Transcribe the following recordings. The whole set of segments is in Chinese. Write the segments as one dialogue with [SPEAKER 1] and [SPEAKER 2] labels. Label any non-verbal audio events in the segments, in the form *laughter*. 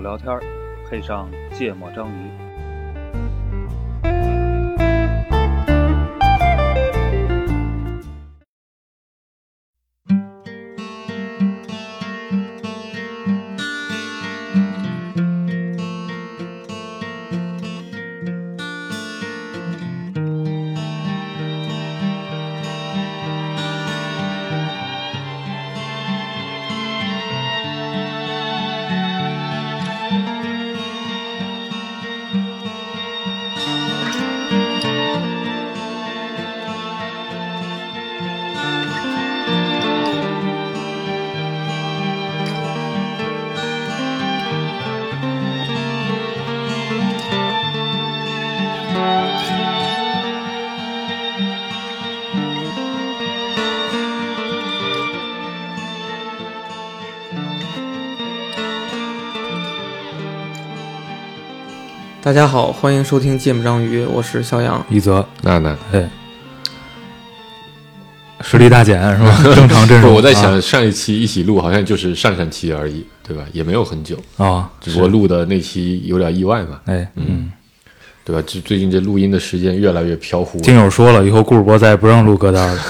[SPEAKER 1] 聊天儿，配上芥末章鱼。
[SPEAKER 2] 大家好，欢迎收听《芥末章鱼》，我是肖阳。
[SPEAKER 3] 一泽
[SPEAKER 4] 娜娜，
[SPEAKER 3] 实力大减是
[SPEAKER 4] *laughs*
[SPEAKER 3] 吧？正常阵
[SPEAKER 4] 不是
[SPEAKER 3] 容。
[SPEAKER 4] 我在
[SPEAKER 3] 啊
[SPEAKER 4] 想上一期一起录，好像就是上上期而已，对吧？也没有很久，
[SPEAKER 3] 哦，
[SPEAKER 4] 只不过录的那期有点意外嘛，
[SPEAKER 3] 哎，嗯，
[SPEAKER 4] 对吧？这最近这录音的时间越来越飘忽了，
[SPEAKER 3] 听友说了，以后顾主播再也不让录歌单
[SPEAKER 4] *laughs*
[SPEAKER 3] 了。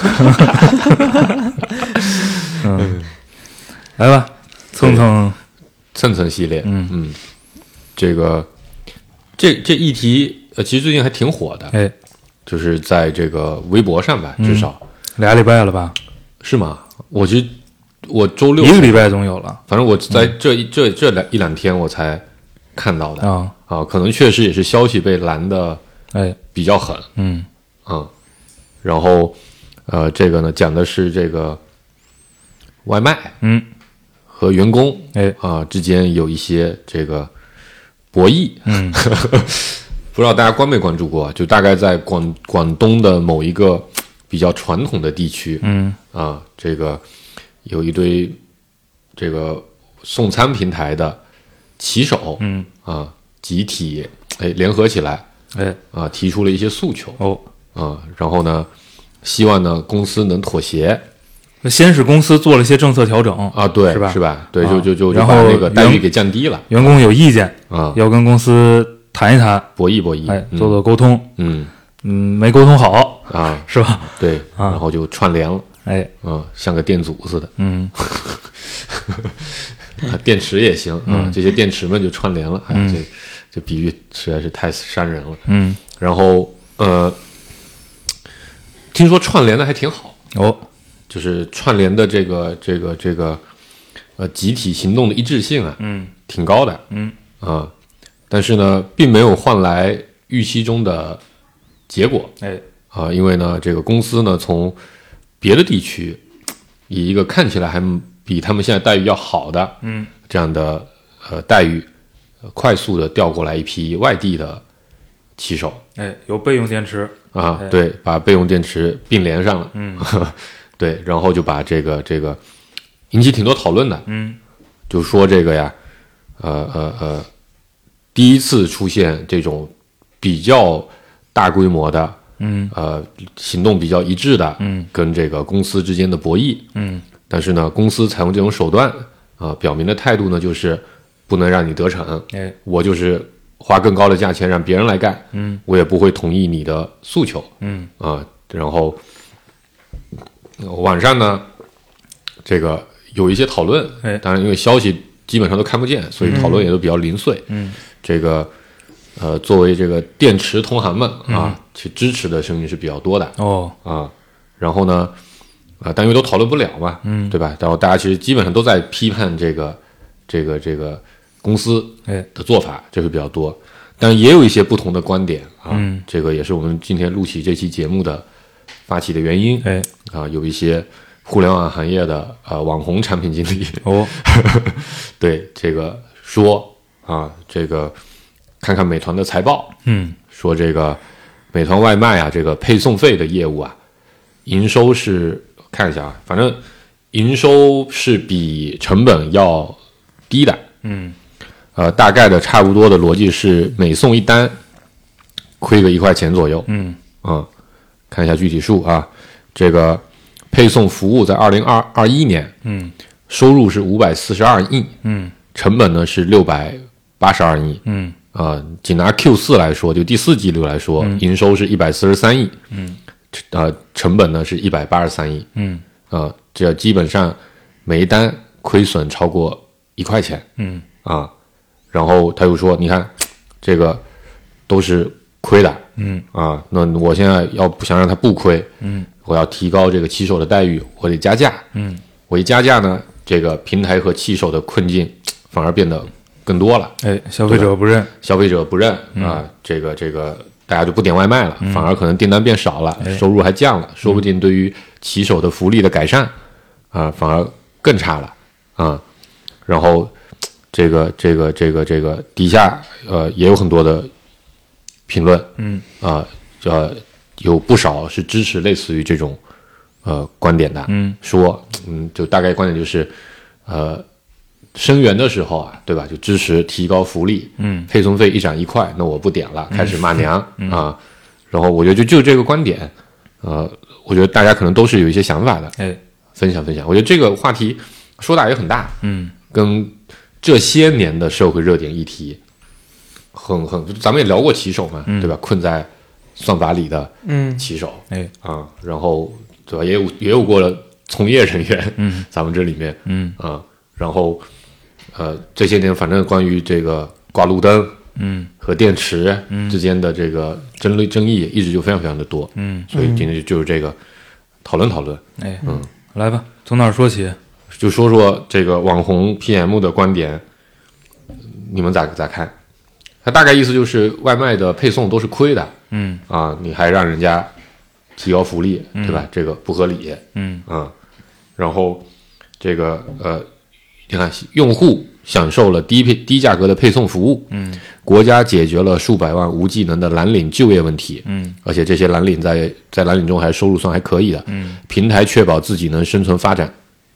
[SPEAKER 3] 嗯，来吧，蹭蹭，
[SPEAKER 4] 蹭蹭系列，
[SPEAKER 3] 嗯
[SPEAKER 4] 嗯，这个这这议题，呃，其实最近还挺火的，
[SPEAKER 3] 哎，嗯
[SPEAKER 4] 就是在这个微博上吧，至少、
[SPEAKER 3] 俩礼拜了吧？
[SPEAKER 4] 是吗？我其实我周六
[SPEAKER 3] 一个礼拜总有了
[SPEAKER 4] 反正我在这一、这这两一两天我才看到的
[SPEAKER 3] 啊。
[SPEAKER 4] 啊，可能确实也是消息被拦的
[SPEAKER 3] 哎，
[SPEAKER 4] 比较狠，
[SPEAKER 3] 嗯，
[SPEAKER 4] 嗯，然后呃，这个呢讲的是这个外卖，
[SPEAKER 3] 嗯，
[SPEAKER 4] 和员工
[SPEAKER 3] 哎，
[SPEAKER 4] 啊、之间有一些这个博弈，
[SPEAKER 3] 嗯，
[SPEAKER 4] *laughs* 不知道大家关没关注过啊，就大概在广广东的某一个比较传统的地区，
[SPEAKER 3] 嗯，
[SPEAKER 4] 啊，这个有一堆这个送餐平台的骑手，
[SPEAKER 3] 嗯，
[SPEAKER 4] 啊，集体哎联合起来
[SPEAKER 3] 哎，
[SPEAKER 4] 啊，提出了一些诉求，
[SPEAKER 3] 哦，
[SPEAKER 4] 啊，然后呢，希望呢公司能妥协
[SPEAKER 3] 先是公司做了一些政策调整，
[SPEAKER 4] 啊，对，
[SPEAKER 3] 是吧
[SPEAKER 4] 对，
[SPEAKER 3] 啊
[SPEAKER 4] 就就就就
[SPEAKER 3] 然
[SPEAKER 4] 把
[SPEAKER 3] 后
[SPEAKER 4] 那个待遇
[SPEAKER 3] 员
[SPEAKER 4] 给降低了
[SPEAKER 3] 员工有意见，
[SPEAKER 4] 啊，
[SPEAKER 3] 要跟公司谈一谈，
[SPEAKER 4] 博弈博弈，
[SPEAKER 3] 哎，
[SPEAKER 4] 嗯
[SPEAKER 3] 做做沟通，
[SPEAKER 4] 嗯
[SPEAKER 3] 嗯，没沟通好
[SPEAKER 4] 啊，
[SPEAKER 3] 是吧？
[SPEAKER 4] 对，
[SPEAKER 3] 啊
[SPEAKER 4] 然后就串联了，
[SPEAKER 3] 哎，
[SPEAKER 4] 啊，像个电阻似的，
[SPEAKER 3] 嗯，
[SPEAKER 4] 啊电池也行
[SPEAKER 3] 嗯
[SPEAKER 4] 啊，这些电池们就串联了，哎，这这比喻实在是太伤人了。
[SPEAKER 3] 嗯，
[SPEAKER 4] 然后呃，听说串联的还挺好，
[SPEAKER 3] 哦，
[SPEAKER 4] 就是串联的这个这个这个呃集体行动的一致性啊，
[SPEAKER 3] 嗯，
[SPEAKER 4] 挺高的，
[SPEAKER 3] 嗯
[SPEAKER 4] 啊，但是呢，并没有换来预期中的结果
[SPEAKER 3] 哎，
[SPEAKER 4] 啊，因为呢，这个公司呢从别的地区以一个看起来还比他们现在待遇要好的，
[SPEAKER 3] 嗯，
[SPEAKER 4] 这样的呃待遇，呃快速的调过来一批外地的骑手
[SPEAKER 3] 哎，有备用电池，
[SPEAKER 4] 啊
[SPEAKER 3] 哎，
[SPEAKER 4] 对，把备用电池并联上了，
[SPEAKER 3] 嗯，
[SPEAKER 4] *laughs* 对，然后就把这个这个引起挺多讨论的，
[SPEAKER 3] 嗯
[SPEAKER 4] 就说这个呀，呃呃呃，第一次出现这种比较大规模的，
[SPEAKER 3] 嗯
[SPEAKER 4] 呃，行动比较一致的，
[SPEAKER 3] 嗯，
[SPEAKER 4] 跟这个公司之间的博弈，
[SPEAKER 3] 嗯
[SPEAKER 4] 但是呢，公司采用这种手段啊、表明的态度呢就是不能让你得逞，
[SPEAKER 3] 哎，
[SPEAKER 4] 我就是花更高的价钱让别人来干，
[SPEAKER 3] 嗯
[SPEAKER 4] 我也不会同意你的诉求，
[SPEAKER 3] 嗯
[SPEAKER 4] 啊，然后呃晚上呢，这个有一些讨论
[SPEAKER 3] 哎，
[SPEAKER 4] 当然因为消息基本上都看不见，所以讨论也都比较零碎。
[SPEAKER 3] 嗯，
[SPEAKER 4] 这个呃，作为这个电池同行们
[SPEAKER 3] 嗯
[SPEAKER 4] 啊，去支持的声音是比较多的
[SPEAKER 3] 哦，
[SPEAKER 4] 啊。然后呢，啊，但因为都讨论不了嘛，
[SPEAKER 3] 嗯
[SPEAKER 4] 对吧？然后大家其实基本上都在批判这个这个这个公司
[SPEAKER 3] 哎，
[SPEAKER 4] 的做法，这是比较多。但也有一些不同的观点啊，
[SPEAKER 3] 嗯
[SPEAKER 4] 这个也是我们今天录起这期节目的发起的原因
[SPEAKER 3] 哎，
[SPEAKER 4] 啊。有一些互联网行业的呃网红产品经理 *laughs*
[SPEAKER 3] 哦，
[SPEAKER 4] 对这个说啊，这个看看美团的财报，
[SPEAKER 3] 嗯
[SPEAKER 4] 说这个美团外卖啊，这个配送费的业务啊，营收是看一下啊，反正营收是比成本要低的，
[SPEAKER 3] 嗯，
[SPEAKER 4] 呃，大概的差不多的逻辑是每送一单亏个一块钱左右。
[SPEAKER 3] 嗯
[SPEAKER 4] 啊、看一下具体数啊，这个配送服务在二零二二一年
[SPEAKER 3] 嗯
[SPEAKER 4] 收入是五百四十二亿，
[SPEAKER 3] 嗯
[SPEAKER 4] 成本呢是六百八十二亿，
[SPEAKER 3] 嗯
[SPEAKER 4] 呃，仅拿 Q 四来说，就第四季度来说，
[SPEAKER 3] 嗯
[SPEAKER 4] 营收是一百四十三亿，嗯，呃，成本呢是一百八十三亿，
[SPEAKER 3] 嗯
[SPEAKER 4] 呃，这基本上每一单亏损超过一块钱
[SPEAKER 3] 嗯
[SPEAKER 4] 啊。然后他又说，你看这个都是亏的
[SPEAKER 3] 嗯
[SPEAKER 4] 啊，那我现在要不想让它不亏，
[SPEAKER 3] 嗯，
[SPEAKER 4] 我要提高这个骑手的待遇，我得加价，
[SPEAKER 3] 嗯，
[SPEAKER 4] 我一加价呢，这个平台和骑手的困境反而变得更多了。
[SPEAKER 3] 哎，消费
[SPEAKER 4] 啊
[SPEAKER 3] 者不认，
[SPEAKER 4] 消费者不认啊、
[SPEAKER 3] 嗯
[SPEAKER 4] 这个这个大家就不点外卖了，反而可能订单变少了，
[SPEAKER 3] 哎
[SPEAKER 4] 收入还降了，
[SPEAKER 3] 嗯
[SPEAKER 4] 说不定对于骑手的福利的改善啊、反而更差了啊、然后嘖这个这个这个这个底下呃也有很多的评论，
[SPEAKER 3] 嗯
[SPEAKER 4] 啊、呃有不少是支持类似于这种呃观点的，
[SPEAKER 3] 嗯
[SPEAKER 4] 说，嗯，就大概观点就是，呃，生源的时候啊，对吧？就支持提高福利，
[SPEAKER 3] 嗯，
[SPEAKER 4] 配送费一涨一块，那我不点了，开始
[SPEAKER 3] *laughs*
[SPEAKER 4] 骂娘、啊。然后我觉得就就这个观点，呃，我觉得大家可能都是有一些想法的，
[SPEAKER 3] 哎，
[SPEAKER 4] 分享分享。我觉得这个话题说大也很大，
[SPEAKER 3] 嗯
[SPEAKER 4] 跟这些年的社会热点议题很很，咱们也聊过骑手嘛，
[SPEAKER 3] 嗯
[SPEAKER 4] 对吧？困在算法里的
[SPEAKER 2] 嗯，
[SPEAKER 4] 骑手，
[SPEAKER 3] 哎
[SPEAKER 4] 啊，然后对吧？也有也有过了从业人员，嗯， *laughs* 咱们这里面
[SPEAKER 3] 嗯
[SPEAKER 4] 啊，然后呃，这些年反正关于这个挂路灯
[SPEAKER 3] 嗯
[SPEAKER 4] 和电池之间的这个争论争议，一直就非常非常的多，
[SPEAKER 3] 嗯，
[SPEAKER 4] 所以今天就就是这个讨论讨论，
[SPEAKER 3] 哎，嗯，来吧，从哪儿说起？
[SPEAKER 4] 就说说这个网红 PM 的观点，你们咋咋看？他大概意思就是外卖的配送都是亏的
[SPEAKER 3] 嗯
[SPEAKER 4] 啊，你还让人家提高福利，对吧？这个不合理。
[SPEAKER 3] 嗯
[SPEAKER 4] 啊，然后这个呃，你看用户享受了低配低价格的配送服务，嗯，国家解决了数百万无技能的蓝领就业问题，
[SPEAKER 3] 嗯，
[SPEAKER 4] 而且这些蓝领在在蓝领中还收入算还可以的，嗯，平台确保自己能生存发展，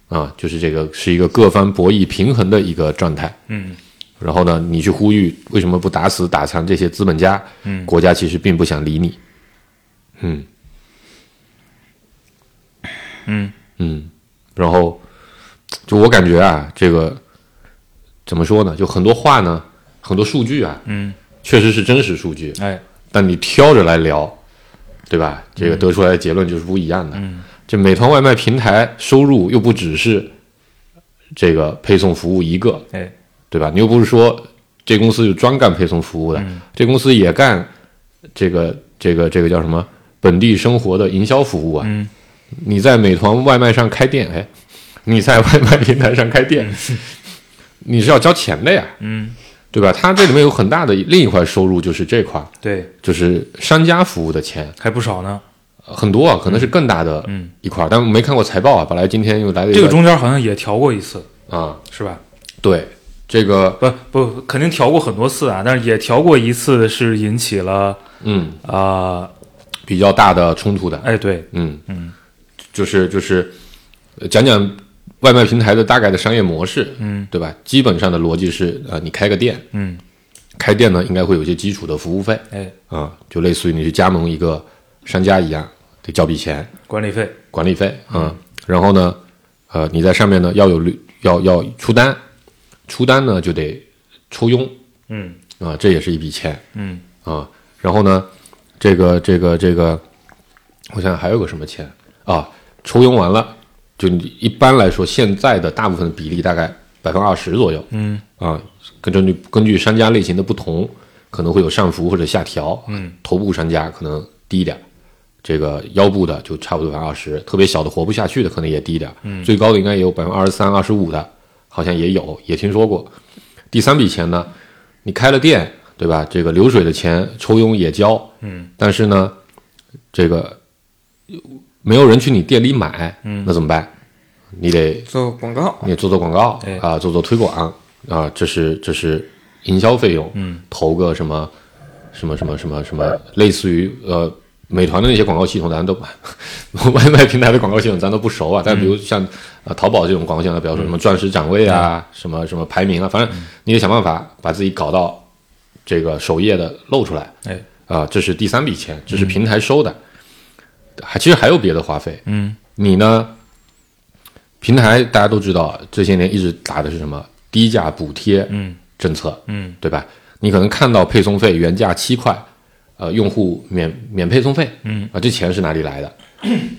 [SPEAKER 4] 啊，就是这个是一个各方博弈平衡的一个状态，
[SPEAKER 3] 嗯
[SPEAKER 4] 然后呢，你去呼吁为什么不打死打残这些资本家？
[SPEAKER 3] 嗯
[SPEAKER 4] 国家其实并不想理你。嗯
[SPEAKER 3] 嗯
[SPEAKER 4] 嗯，然后就我感觉啊，这个怎么说呢？就很多话呢，很多数据啊，
[SPEAKER 3] 嗯，
[SPEAKER 4] 确实是真实数据，
[SPEAKER 3] 哎，
[SPEAKER 4] 但你挑着来聊，对吧？这
[SPEAKER 3] 嗯
[SPEAKER 4] 个得出来的结论就是不一样的。这美团外卖平台收入又不只是这个配送服务一个，
[SPEAKER 3] 哎，
[SPEAKER 4] 对吧？你又不是说这公司就专干配送服务的，
[SPEAKER 3] 嗯
[SPEAKER 4] 这公司也干这个这个这个叫什么本地生活的营销服务啊。
[SPEAKER 3] 嗯
[SPEAKER 4] 你在美团外卖上开店，哎，你在外卖平台上开店，你是要交钱的呀，
[SPEAKER 3] 嗯，
[SPEAKER 4] 对吧？它这里面有很大的另一块收入就是这块，
[SPEAKER 3] 对，
[SPEAKER 4] 就是商家服务的钱。
[SPEAKER 3] 还不少呢。
[SPEAKER 4] 很多啊，可能是更大的
[SPEAKER 3] 嗯
[SPEAKER 4] 一块，但没看过财报啊。本来今天又来了一
[SPEAKER 3] 这个中间好像也调过一次，
[SPEAKER 4] 啊，
[SPEAKER 3] 是吧？
[SPEAKER 4] 对这个，
[SPEAKER 3] 不不，肯定调过很多次啊，但是也调过一次是引起了
[SPEAKER 4] 嗯，
[SPEAKER 3] 啊、呃
[SPEAKER 4] 比较大的冲突的，
[SPEAKER 3] 哎，对，
[SPEAKER 4] 嗯嗯，就是就是呃讲讲外卖平台的大概的商业模式，
[SPEAKER 3] 嗯
[SPEAKER 4] 对吧？基本上的逻辑是，呃，你开个店，
[SPEAKER 3] 嗯，
[SPEAKER 4] 开店呢应该会有一些基础的服务费
[SPEAKER 3] 哎，
[SPEAKER 4] 啊，就类似于你去加盟一个商家一样，得交笔钱，
[SPEAKER 3] 管理费，
[SPEAKER 4] 管理费啊、然后呢，呃，你在上面呢要有率，要要出单，出单呢就得抽佣
[SPEAKER 3] 嗯
[SPEAKER 4] 啊、这也是一笔钱
[SPEAKER 3] 嗯
[SPEAKER 4] 啊、然后呢，这个这个这个，我想想还有个什么钱啊？抽佣完了，就你一般来说，现在的大部分比例大概百分之二十左右
[SPEAKER 3] 嗯
[SPEAKER 4] 啊、根据根据商家类型的不同，可能会有上浮或者下调。
[SPEAKER 3] 嗯，
[SPEAKER 4] 头部商家可能低一点儿，这个腰部的就差不多百分之二十，特别小的活不下去的可能也低一点儿，最高的应该也有百分之二十三、二十五的，好像也有，也听说过。第三笔钱呢，你开了店，对吧？这个流水的钱抽佣也交，
[SPEAKER 3] 嗯，
[SPEAKER 4] 但是呢，这个没有人去你店里买，嗯，那怎么办？你得
[SPEAKER 2] 做广告，
[SPEAKER 4] 你做做广告
[SPEAKER 3] 哎
[SPEAKER 4] 啊，做做推广啊、这是这是营销费用，嗯，投个什么什么什么什么什么，类似于呃美团的那些广告系统，咱都外卖平台的广告系统咱都不熟啊，但比如像、呃淘宝这种广告系统，比方说什么钻石展位啊，什么什么排名啊，反正你得想办法把自己搞到这个首页的露出来，
[SPEAKER 3] 哎，
[SPEAKER 4] 啊、这是第三笔钱，这是平台收的，还、其实还有别的花费，
[SPEAKER 3] 嗯，
[SPEAKER 4] 你呢？平台大家都知道，这些年一直打的是什么低价补贴、
[SPEAKER 3] 嗯
[SPEAKER 4] 政策，
[SPEAKER 3] 嗯
[SPEAKER 4] 对吧？你可能看到配送费原价七块，呃，用户免免配送费，
[SPEAKER 3] 嗯
[SPEAKER 4] 啊，这钱是哪里
[SPEAKER 3] *coughs*
[SPEAKER 4] 来的？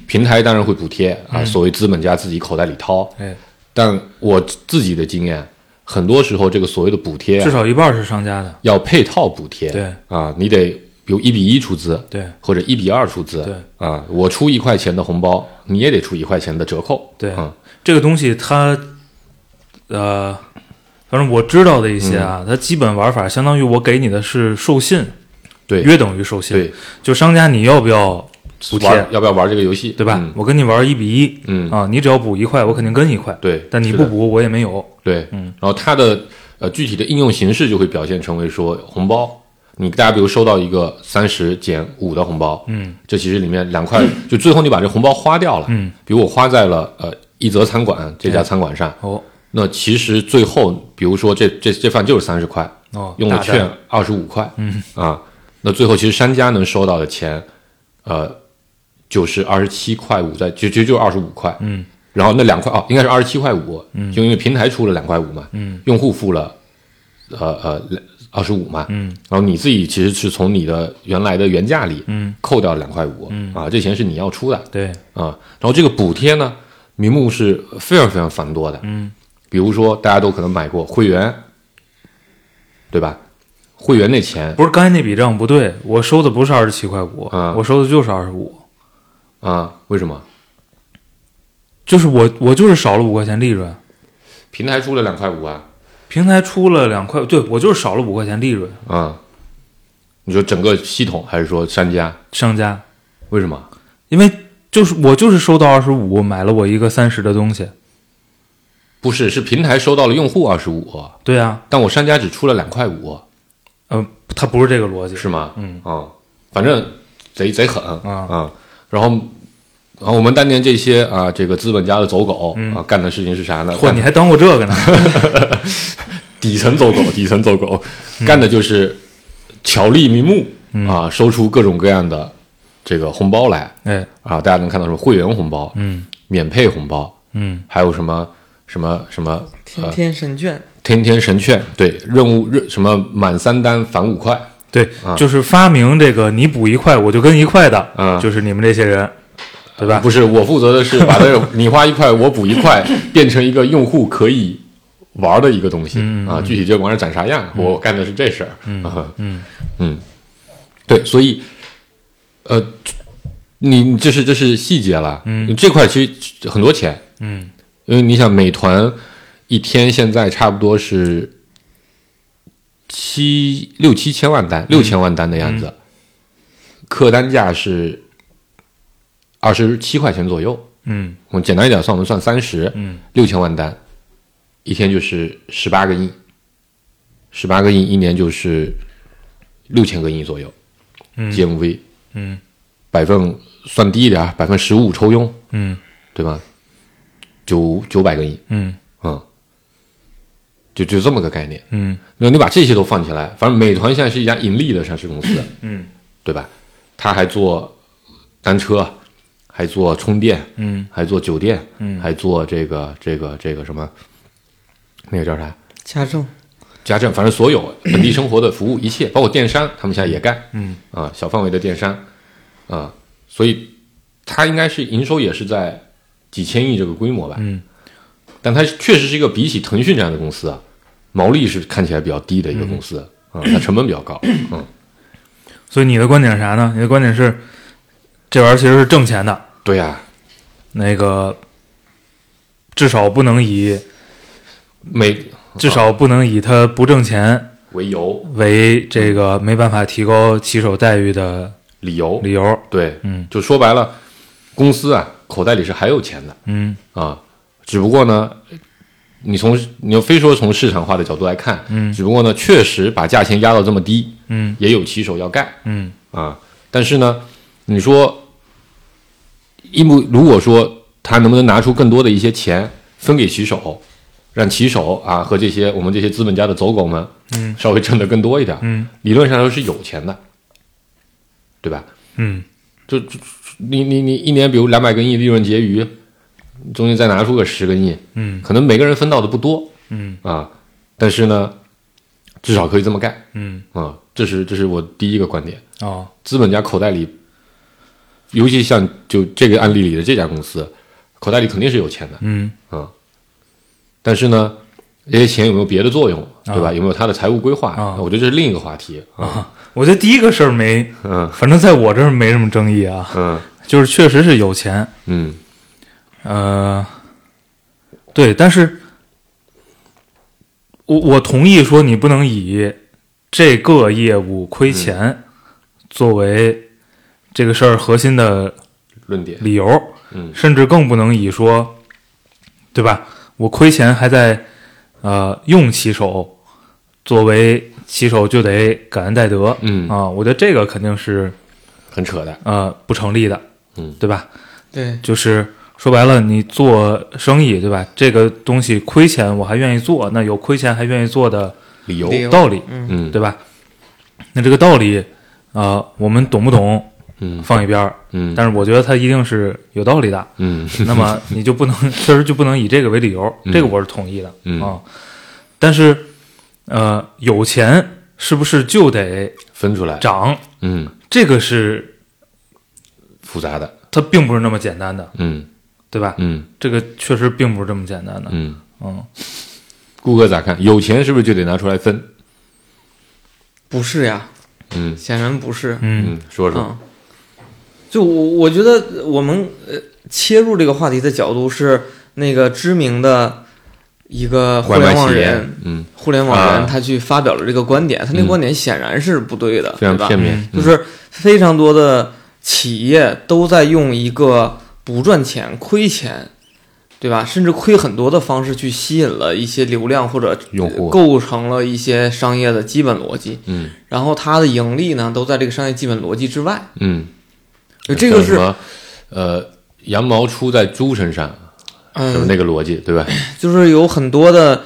[SPEAKER 4] 平台当然会补贴啊，所谓资本家自己口袋里掏。
[SPEAKER 3] 嗯哎，
[SPEAKER 4] 但我自己的经验，很多时候这个所谓的补贴啊、
[SPEAKER 3] 至少一半是商家的，
[SPEAKER 4] 要配套补贴，
[SPEAKER 3] 对
[SPEAKER 4] 啊，你得比如一比一出资，
[SPEAKER 3] 对
[SPEAKER 4] 或者一比二出资，
[SPEAKER 3] 对
[SPEAKER 4] 啊，我出一块钱的红包，你也得出一块钱的折扣，
[SPEAKER 3] 对
[SPEAKER 4] 啊，
[SPEAKER 3] 这个东西它，呃，反正我知道的一些
[SPEAKER 4] 嗯
[SPEAKER 3] 啊，它基本玩法相当于我给你的是授信，
[SPEAKER 4] 对
[SPEAKER 3] 约等于授信，
[SPEAKER 4] 对，
[SPEAKER 3] 就商家你要不要补贴
[SPEAKER 4] 玩，要不要玩这个游戏，
[SPEAKER 3] 对吧？
[SPEAKER 4] 嗯
[SPEAKER 3] 我跟你玩一比一，
[SPEAKER 4] 嗯
[SPEAKER 3] 啊，你只要补一块，我肯定跟一块，
[SPEAKER 4] 对，
[SPEAKER 3] 但你
[SPEAKER 4] 是
[SPEAKER 3] 不
[SPEAKER 4] 的
[SPEAKER 3] 补我也没有，
[SPEAKER 4] 对，
[SPEAKER 3] 嗯，
[SPEAKER 4] 然后它的呃具体的应用形式就会表现成为说红包，你大家比如收到一个三十减五的红包，
[SPEAKER 3] 嗯，
[SPEAKER 4] 这其实里面两块，就最后你把这红包花掉了，
[SPEAKER 3] 嗯，
[SPEAKER 4] 比如我花在了呃一泽餐馆这家餐馆上，
[SPEAKER 3] 哦
[SPEAKER 4] 那其实最后比如说这这这饭就是三十块，
[SPEAKER 3] 哦，
[SPEAKER 4] 用了
[SPEAKER 3] 大
[SPEAKER 4] 券
[SPEAKER 3] 单，
[SPEAKER 4] 二十五块，
[SPEAKER 3] 嗯
[SPEAKER 4] 啊，那最后其实商家能收到的钱，呃，就是二十七块五在，其实其实就是二十五块，
[SPEAKER 3] 嗯，
[SPEAKER 4] 然后那两块哦，应该是二十七块五，嗯，就因为平台出了两块五嘛，嗯，用户付了，呃呃二十五嘛，
[SPEAKER 3] 嗯，
[SPEAKER 4] 然后你自己其实是从你的原来的原价里，
[SPEAKER 3] 嗯，
[SPEAKER 4] 扣掉两块五，嗯啊，这钱是你要出的
[SPEAKER 3] 对，
[SPEAKER 4] 啊，然后这个补贴呢，名目是非常非常繁多的，
[SPEAKER 3] 嗯，
[SPEAKER 4] 比如说大家都可能买过会员，对吧？会员那钱
[SPEAKER 3] 不是刚才那笔账不对，我收的不是二十七块五、
[SPEAKER 4] 啊
[SPEAKER 3] 我收的就是二十五，
[SPEAKER 4] 啊，为什么
[SPEAKER 3] 就是我我就是少了五块钱利润，
[SPEAKER 4] 平台出了两块五啊？
[SPEAKER 3] 平台出了两块，对我就是少了五块钱利润，
[SPEAKER 4] 啊，你说整个系统还是说商家？
[SPEAKER 3] 商家，
[SPEAKER 4] 为什么？
[SPEAKER 3] 因为就是我就是收到二十五，买了我一个三十的东西，
[SPEAKER 4] 不是，是平台收到了用户二十五，
[SPEAKER 3] 对啊，
[SPEAKER 4] 但我商家只出了两块五，
[SPEAKER 3] 呃，它不是这个逻辑，
[SPEAKER 4] 是吗？
[SPEAKER 3] 嗯
[SPEAKER 4] 啊，反正贼贼狠
[SPEAKER 3] 啊
[SPEAKER 4] 然后，然后我们当年这些啊，这个资本家的走狗、
[SPEAKER 3] 嗯
[SPEAKER 4] 啊，干的事情是啥呢？
[SPEAKER 3] 嚯，
[SPEAKER 4] 干
[SPEAKER 3] 你还当过这
[SPEAKER 4] *laughs*
[SPEAKER 3] 个呢？
[SPEAKER 4] 底层走狗，底层走狗，干的就是巧立名目、啊，收出各种各样的这个红包来
[SPEAKER 3] 哎，
[SPEAKER 4] 啊，大家能看到什么会员红包、
[SPEAKER 3] 嗯
[SPEAKER 4] 免配红包，
[SPEAKER 3] 嗯，
[SPEAKER 4] 还有什么什么什么
[SPEAKER 2] 天天神券，
[SPEAKER 4] 天天神券，对，任务任什么满三单返五块，
[SPEAKER 3] 对，
[SPEAKER 4] 啊
[SPEAKER 3] 就是发明这个你补一块我就跟一块的，
[SPEAKER 4] 嗯
[SPEAKER 3] 就是你们这些人，对吧？
[SPEAKER 4] 不是我负责的是把
[SPEAKER 3] *laughs*
[SPEAKER 4] 这个你花一块我补一块，变成一个用户可以玩的一个东西、啊，具体这玩意儿长啥样，我干的是这事儿，嗯
[SPEAKER 3] 嗯
[SPEAKER 4] 嗯，对，所以呃，你你这是这是细节了，嗯，这块其实很多钱，
[SPEAKER 3] 嗯，
[SPEAKER 4] 因为你想美团一天现在差不多是七六七千万单，
[SPEAKER 3] 嗯
[SPEAKER 4] 六千万单的样子，客单价是二十七块钱左右。
[SPEAKER 3] 嗯
[SPEAKER 4] 我们简单一点算，我们算三十，
[SPEAKER 3] 嗯，
[SPEAKER 4] 六千万单，一天就是十八个亿，十八个亿一年就是六千个亿左右
[SPEAKER 3] 嗯
[SPEAKER 4] ，GMV
[SPEAKER 3] 嗯
[SPEAKER 4] 百分算低一点啊，百分十五抽佣，
[SPEAKER 3] 嗯
[SPEAKER 4] 对吧？九九百个亿，
[SPEAKER 3] 嗯
[SPEAKER 4] 嗯，就就这么个概念。
[SPEAKER 3] 嗯
[SPEAKER 4] 那你把这些都放起来，反正美团现在是一家盈利的上市公司，
[SPEAKER 3] 嗯，
[SPEAKER 4] *clears throat* 对吧？它还做单车，还做充电，
[SPEAKER 3] 嗯，
[SPEAKER 4] 还做酒店，
[SPEAKER 3] 嗯
[SPEAKER 4] 还做这个这个这个什么，那个叫啥？
[SPEAKER 2] 家政
[SPEAKER 4] 家政，反正所有本地生活的服务，一切包括电商，他们现在也干，
[SPEAKER 3] 嗯
[SPEAKER 4] 啊，小范围的电商，啊，所以它应该是营收也是在几千亿这个规模吧，
[SPEAKER 3] 嗯，
[SPEAKER 4] 但它确实是一个比起腾讯这样的公司啊，毛利是看起来比较低的一个公司，啊，它成本比较
[SPEAKER 3] *coughs*
[SPEAKER 4] 高，嗯，
[SPEAKER 3] 所以你的观点是啥呢？你的观点是这玩意儿其实是挣钱的，
[SPEAKER 4] 对啊呀、
[SPEAKER 3] 那个至少不能以
[SPEAKER 4] 美
[SPEAKER 3] 至
[SPEAKER 4] 啊
[SPEAKER 3] 少不能以它不挣钱
[SPEAKER 4] 为由
[SPEAKER 3] 为这个没办法提高骑手待遇的
[SPEAKER 4] 理由，
[SPEAKER 3] 理由。
[SPEAKER 4] 对，
[SPEAKER 3] 嗯
[SPEAKER 4] 就说白了，公司啊口袋里是还有钱的
[SPEAKER 3] 嗯
[SPEAKER 4] 啊，只不过呢。你从你要非说从市场化的角度来看，嗯，只不过呢，确实把价钱压到这么低，
[SPEAKER 3] 嗯
[SPEAKER 4] 也有骑手要干，
[SPEAKER 3] 嗯
[SPEAKER 4] 啊，但是呢，你说一木如果说他能不能拿出更多的一些钱分给骑手，让骑手啊和这些我们这些资本家的走狗们，
[SPEAKER 3] 嗯，
[SPEAKER 4] 稍微挣得更多一点，
[SPEAKER 3] 嗯，
[SPEAKER 4] 理论上来说是有钱的，对吧？
[SPEAKER 3] 嗯
[SPEAKER 4] 就就你你你一年比如两百个亿利润结余，中间再拿出个十个亿，
[SPEAKER 3] 嗯
[SPEAKER 4] 可能每个人分到的不多，
[SPEAKER 3] 嗯
[SPEAKER 4] 啊，但是呢，至少可以这么干
[SPEAKER 3] 嗯，
[SPEAKER 4] 啊、这是这是我第一个观点。
[SPEAKER 3] 哦，
[SPEAKER 4] 资本家口袋里，尤其像就这个案例里的这家公司，口袋里肯定是有钱的，啊
[SPEAKER 3] 嗯，
[SPEAKER 4] 但是呢，这些钱有没有别的作用，对吧？
[SPEAKER 3] 啊
[SPEAKER 4] 有没有他的财务规划？
[SPEAKER 3] 啊
[SPEAKER 4] 我觉得这是另一个话题。啊，
[SPEAKER 3] 我觉得第一个事儿没，
[SPEAKER 4] 嗯
[SPEAKER 3] 反正在我这儿没什么争议啊，
[SPEAKER 4] 嗯
[SPEAKER 3] 就是确实是有钱，
[SPEAKER 4] 嗯
[SPEAKER 3] 呃，对，但是我我同意说你不能以这个业务
[SPEAKER 4] 嗯
[SPEAKER 3] 亏钱作为这个事儿核心的
[SPEAKER 4] 论点，
[SPEAKER 3] 理由，
[SPEAKER 4] 嗯
[SPEAKER 3] 甚至更不能以说，对吧？我亏钱还在呃用骑手作为骑手就得感恩戴德，
[SPEAKER 4] 嗯
[SPEAKER 3] 啊，我觉得这个肯定是
[SPEAKER 4] 很扯淡。
[SPEAKER 3] 呃不成立的，
[SPEAKER 4] 嗯
[SPEAKER 3] 对吧？
[SPEAKER 2] 对，
[SPEAKER 3] 就是说白了，你做生意对吧？这个东西亏钱我还愿意做，那有亏钱还愿意做的
[SPEAKER 4] 理由，
[SPEAKER 2] 理由
[SPEAKER 3] 道理，
[SPEAKER 2] 嗯，
[SPEAKER 4] 嗯
[SPEAKER 3] 对吧？那这个道理，呃，我们懂不懂
[SPEAKER 4] 嗯
[SPEAKER 3] 放一边儿，
[SPEAKER 4] 嗯
[SPEAKER 3] 但是我觉得它一定是有道理的。
[SPEAKER 4] *laughs* 嗯
[SPEAKER 3] 那么你就不能，确实就不能以这个为理由，这个我是同意的啊、
[SPEAKER 4] 嗯，
[SPEAKER 3] 但是，呃，有钱是不是就得
[SPEAKER 4] 分出来，
[SPEAKER 3] 涨？
[SPEAKER 4] 嗯，
[SPEAKER 3] 这个是
[SPEAKER 4] 复杂的，
[SPEAKER 3] 它并不是那么简单的，
[SPEAKER 4] 嗯
[SPEAKER 3] 对吧？
[SPEAKER 4] 嗯
[SPEAKER 3] 这个确实并不是这么简单的。
[SPEAKER 4] 嗯。
[SPEAKER 3] 嗯，
[SPEAKER 4] 顾客咋看？有钱是不是就得拿出来分？
[SPEAKER 2] 不是呀，
[SPEAKER 4] 嗯
[SPEAKER 2] 显然不是。
[SPEAKER 3] 嗯
[SPEAKER 4] 嗯，说说，
[SPEAKER 2] 嗯，就我我觉得我们呃切入这个话题的角度是那个知名的一个互
[SPEAKER 4] 外卖
[SPEAKER 2] 联网
[SPEAKER 4] 企业
[SPEAKER 2] 人，，
[SPEAKER 4] 嗯，
[SPEAKER 2] 互联网
[SPEAKER 4] 啊
[SPEAKER 2] 人他去发表了这个观点，他那
[SPEAKER 4] 嗯
[SPEAKER 2] 个观点显然是不对的，
[SPEAKER 4] 非常
[SPEAKER 2] 对吧
[SPEAKER 4] 片面，
[SPEAKER 2] 就
[SPEAKER 4] 嗯
[SPEAKER 2] 是非常多的企业都在用一个不赚钱、亏钱，对吧？甚至亏很多的方式去吸引了一些流量或者
[SPEAKER 4] 用户
[SPEAKER 2] 构成了一些商业的基本逻辑，
[SPEAKER 4] 嗯
[SPEAKER 2] 然后它的盈利呢都在这个商业基本逻辑之外。
[SPEAKER 4] 嗯，
[SPEAKER 2] 就这个
[SPEAKER 4] 叫什
[SPEAKER 2] 是
[SPEAKER 4] 么？呃，羊毛出在猪身上，什么
[SPEAKER 2] 嗯，
[SPEAKER 4] 那个逻辑，对吧？
[SPEAKER 2] 就是有很多的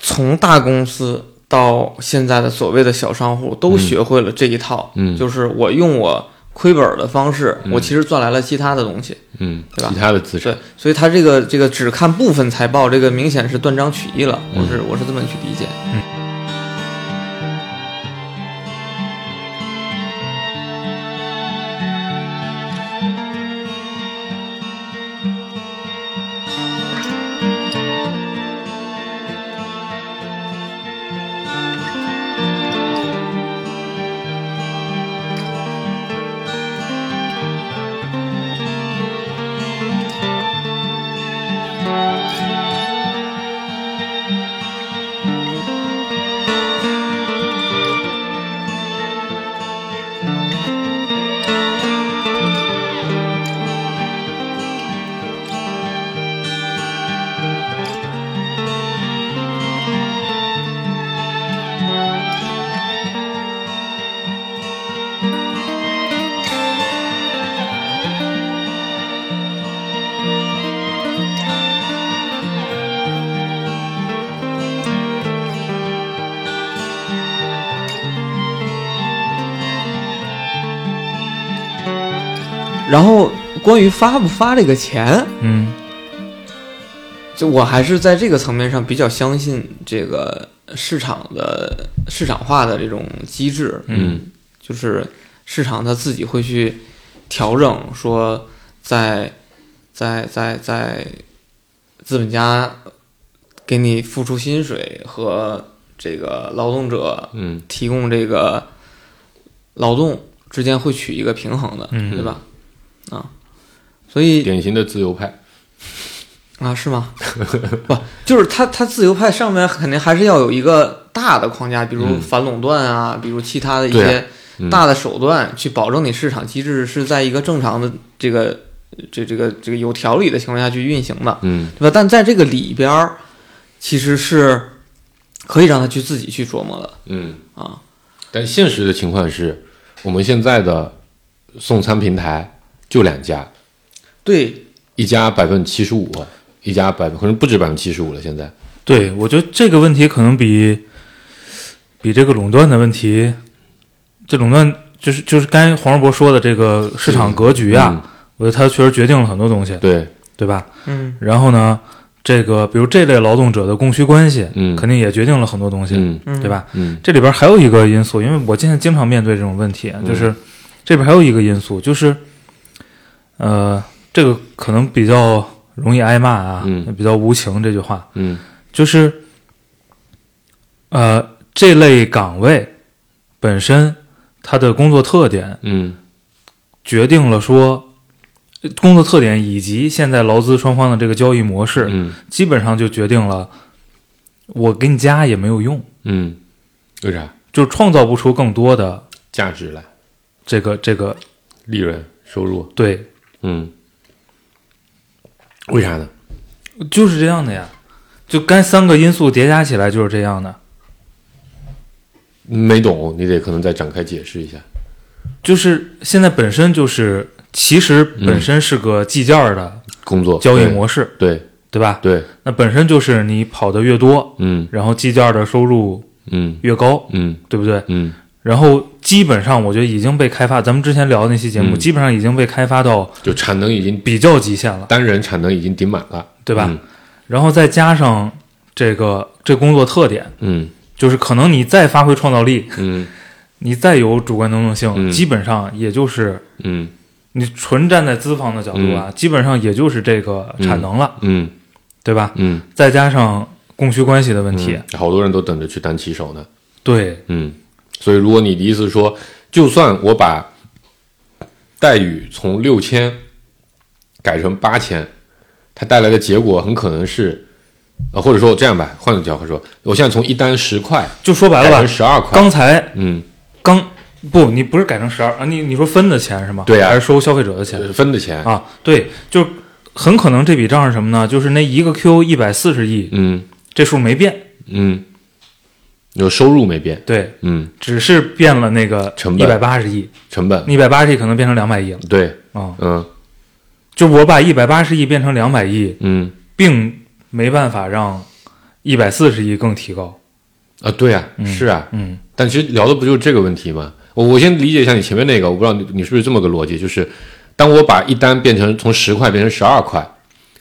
[SPEAKER 2] 从大公司到现在的所谓的小商户都
[SPEAKER 4] 嗯
[SPEAKER 2] 学会了这一套，
[SPEAKER 4] 嗯
[SPEAKER 2] 就是我用我亏本的方式，我其实赚来了其他的东西。
[SPEAKER 4] 嗯，
[SPEAKER 2] 对吧
[SPEAKER 4] 其他的资
[SPEAKER 2] 对
[SPEAKER 4] 产，，
[SPEAKER 2] 所以他这个这个只看部分财报，这个明显是断章取义了。我是我是这么去理解。然后关于发不发这个钱，
[SPEAKER 3] 嗯
[SPEAKER 2] 就我还是在这个层面上比较相信这个市场的市场化的这种机制，
[SPEAKER 4] 嗯
[SPEAKER 2] 就是市场它自己会去调整，说在在在在资本家给你付出薪水和这个劳动者
[SPEAKER 4] 嗯
[SPEAKER 2] 提供这个劳动之间会取一个平衡的，
[SPEAKER 3] 嗯
[SPEAKER 2] 对吧？啊，所以
[SPEAKER 4] 典型的自由派，
[SPEAKER 2] 啊，是
[SPEAKER 4] *laughs*
[SPEAKER 2] 吗？不，就是他他自由派上面肯定还是要有一个大的框架，比如
[SPEAKER 4] 嗯
[SPEAKER 2] 反垄断啊，比如其他的一
[SPEAKER 4] 对啊
[SPEAKER 2] 些
[SPEAKER 4] 嗯
[SPEAKER 2] 大的手段，去保证你市场机制是在一个正常的这个这这个这个有条理的情况下去运行的，
[SPEAKER 4] 嗯
[SPEAKER 2] 对吧？但在这个里边儿，其实是可以让他去自己去琢磨的
[SPEAKER 4] 嗯。
[SPEAKER 2] 啊。
[SPEAKER 4] 但现实的情况是，我们现在的送餐平台就两家，
[SPEAKER 2] 对，
[SPEAKER 4] 一家百分之七十五，一家百分可能不止百分之七十五了。现在，
[SPEAKER 3] 对，我觉得这个问题可能比比这个垄断的问题，这垄断就是就是刚才黄世博说的这个市
[SPEAKER 4] 嗯
[SPEAKER 2] 啊
[SPEAKER 3] 场格局啊，我觉得它确实决定了很多东西，
[SPEAKER 4] 对，
[SPEAKER 3] 对吧？
[SPEAKER 2] 嗯
[SPEAKER 3] 然后呢，这个比如这类劳动者的供需关系，
[SPEAKER 4] 嗯
[SPEAKER 3] 肯定也决定了很多东西，
[SPEAKER 4] 嗯
[SPEAKER 2] 嗯
[SPEAKER 3] 对吧？
[SPEAKER 4] 嗯
[SPEAKER 3] 这里边还有一个因素，因为我现在经常面对这种问题，啊
[SPEAKER 4] 嗯
[SPEAKER 3] 就是、这边还有一个因素，就是呃，这个可能比较容易挨骂啊，
[SPEAKER 4] 嗯
[SPEAKER 3] 比较无情这句话，
[SPEAKER 4] 嗯
[SPEAKER 3] 就是呃，这类岗位本身它的工作特点
[SPEAKER 4] 嗯
[SPEAKER 3] 决定了说。呃工作特点以及现在劳资双方的这个交易模式，
[SPEAKER 4] 嗯
[SPEAKER 3] 基本上就决定了，我给你加也没有用，
[SPEAKER 4] 嗯，为啥？
[SPEAKER 3] 就创造不出更多的
[SPEAKER 4] 价值来，
[SPEAKER 3] 这个这个
[SPEAKER 4] 利润、收入，
[SPEAKER 3] 对，
[SPEAKER 4] 嗯，为啥呢？
[SPEAKER 3] 就是这样的呀。就该三个因素叠加起来就是这样的，
[SPEAKER 4] 没懂，你得可能再展开解释一下。
[SPEAKER 3] 就是现在本身就是，其实本身是个计件儿的
[SPEAKER 4] 工作
[SPEAKER 3] 交易模式，
[SPEAKER 4] 嗯哦对
[SPEAKER 3] 对吧？
[SPEAKER 4] 对，对
[SPEAKER 3] 那本身就是你跑得越多，
[SPEAKER 4] 嗯
[SPEAKER 3] 然后计件儿的收入
[SPEAKER 4] 嗯
[SPEAKER 3] 越高，
[SPEAKER 4] 嗯
[SPEAKER 3] 对不对？
[SPEAKER 4] 嗯
[SPEAKER 3] 然后基本上我觉得已经被开发，咱们之前聊的那期节目，
[SPEAKER 4] 嗯
[SPEAKER 3] 基本上已经被开发到
[SPEAKER 4] 就产能已经
[SPEAKER 3] 比较极限了，
[SPEAKER 4] 单人产能已经顶满了，
[SPEAKER 3] 对吧？然后再加上这个这工作特点，
[SPEAKER 4] 嗯？
[SPEAKER 3] 就是可能你再发挥创造力，
[SPEAKER 4] 嗯
[SPEAKER 3] 你再有主观能动性，
[SPEAKER 4] 嗯
[SPEAKER 3] 基本上也就是
[SPEAKER 4] 嗯
[SPEAKER 3] 你纯站在资方的角度啊，基本上也就是这个产能了，
[SPEAKER 4] 嗯嗯
[SPEAKER 3] 对吧？
[SPEAKER 4] 嗯
[SPEAKER 3] 再加上供需关系的问题，
[SPEAKER 4] 嗯，好多人都等着去当骑手呢。
[SPEAKER 3] 对，
[SPEAKER 4] 嗯，所以如果你的意思是说，就算我把待遇从六千改成八千，它带来的结果很可能是，呃，或者说我这样吧，换个角度说，我现在从一单十块
[SPEAKER 3] 就说白
[SPEAKER 4] 改
[SPEAKER 3] 了
[SPEAKER 4] 成
[SPEAKER 3] 吧，
[SPEAKER 4] 十二块，
[SPEAKER 3] 刚才
[SPEAKER 4] 嗯，
[SPEAKER 3] 刚不，你不是改成十二啊？你你说分的钱是吗？
[SPEAKER 4] 对啊
[SPEAKER 3] 还是收消费者的钱
[SPEAKER 4] 呃分的钱，
[SPEAKER 3] 啊？对，就很可能这笔账是什么呢？就是那一个 Q 一百四十亿，
[SPEAKER 4] 嗯
[SPEAKER 3] 这数没变，
[SPEAKER 4] 嗯，有收入没变，
[SPEAKER 3] 对，
[SPEAKER 4] 嗯，
[SPEAKER 3] 只是变了那个
[SPEAKER 4] 成
[SPEAKER 3] 一
[SPEAKER 4] 本嗯
[SPEAKER 3] 百八十亿，
[SPEAKER 4] 成本，
[SPEAKER 3] 一百八十亿可能变成两百亿了
[SPEAKER 4] 对，
[SPEAKER 3] 啊、
[SPEAKER 4] 嗯
[SPEAKER 3] 就我把一百八十亿变成两百亿，
[SPEAKER 4] 嗯
[SPEAKER 3] 并没办法让一百四十亿更提高。
[SPEAKER 4] 啊，对啊，是啊，
[SPEAKER 3] 嗯
[SPEAKER 4] 但其实聊的不就是这个问题吗？我我先理解一下你前面那个，我不知道你你是不是这么个逻辑，就是当我把一单变成从十块变成十二块，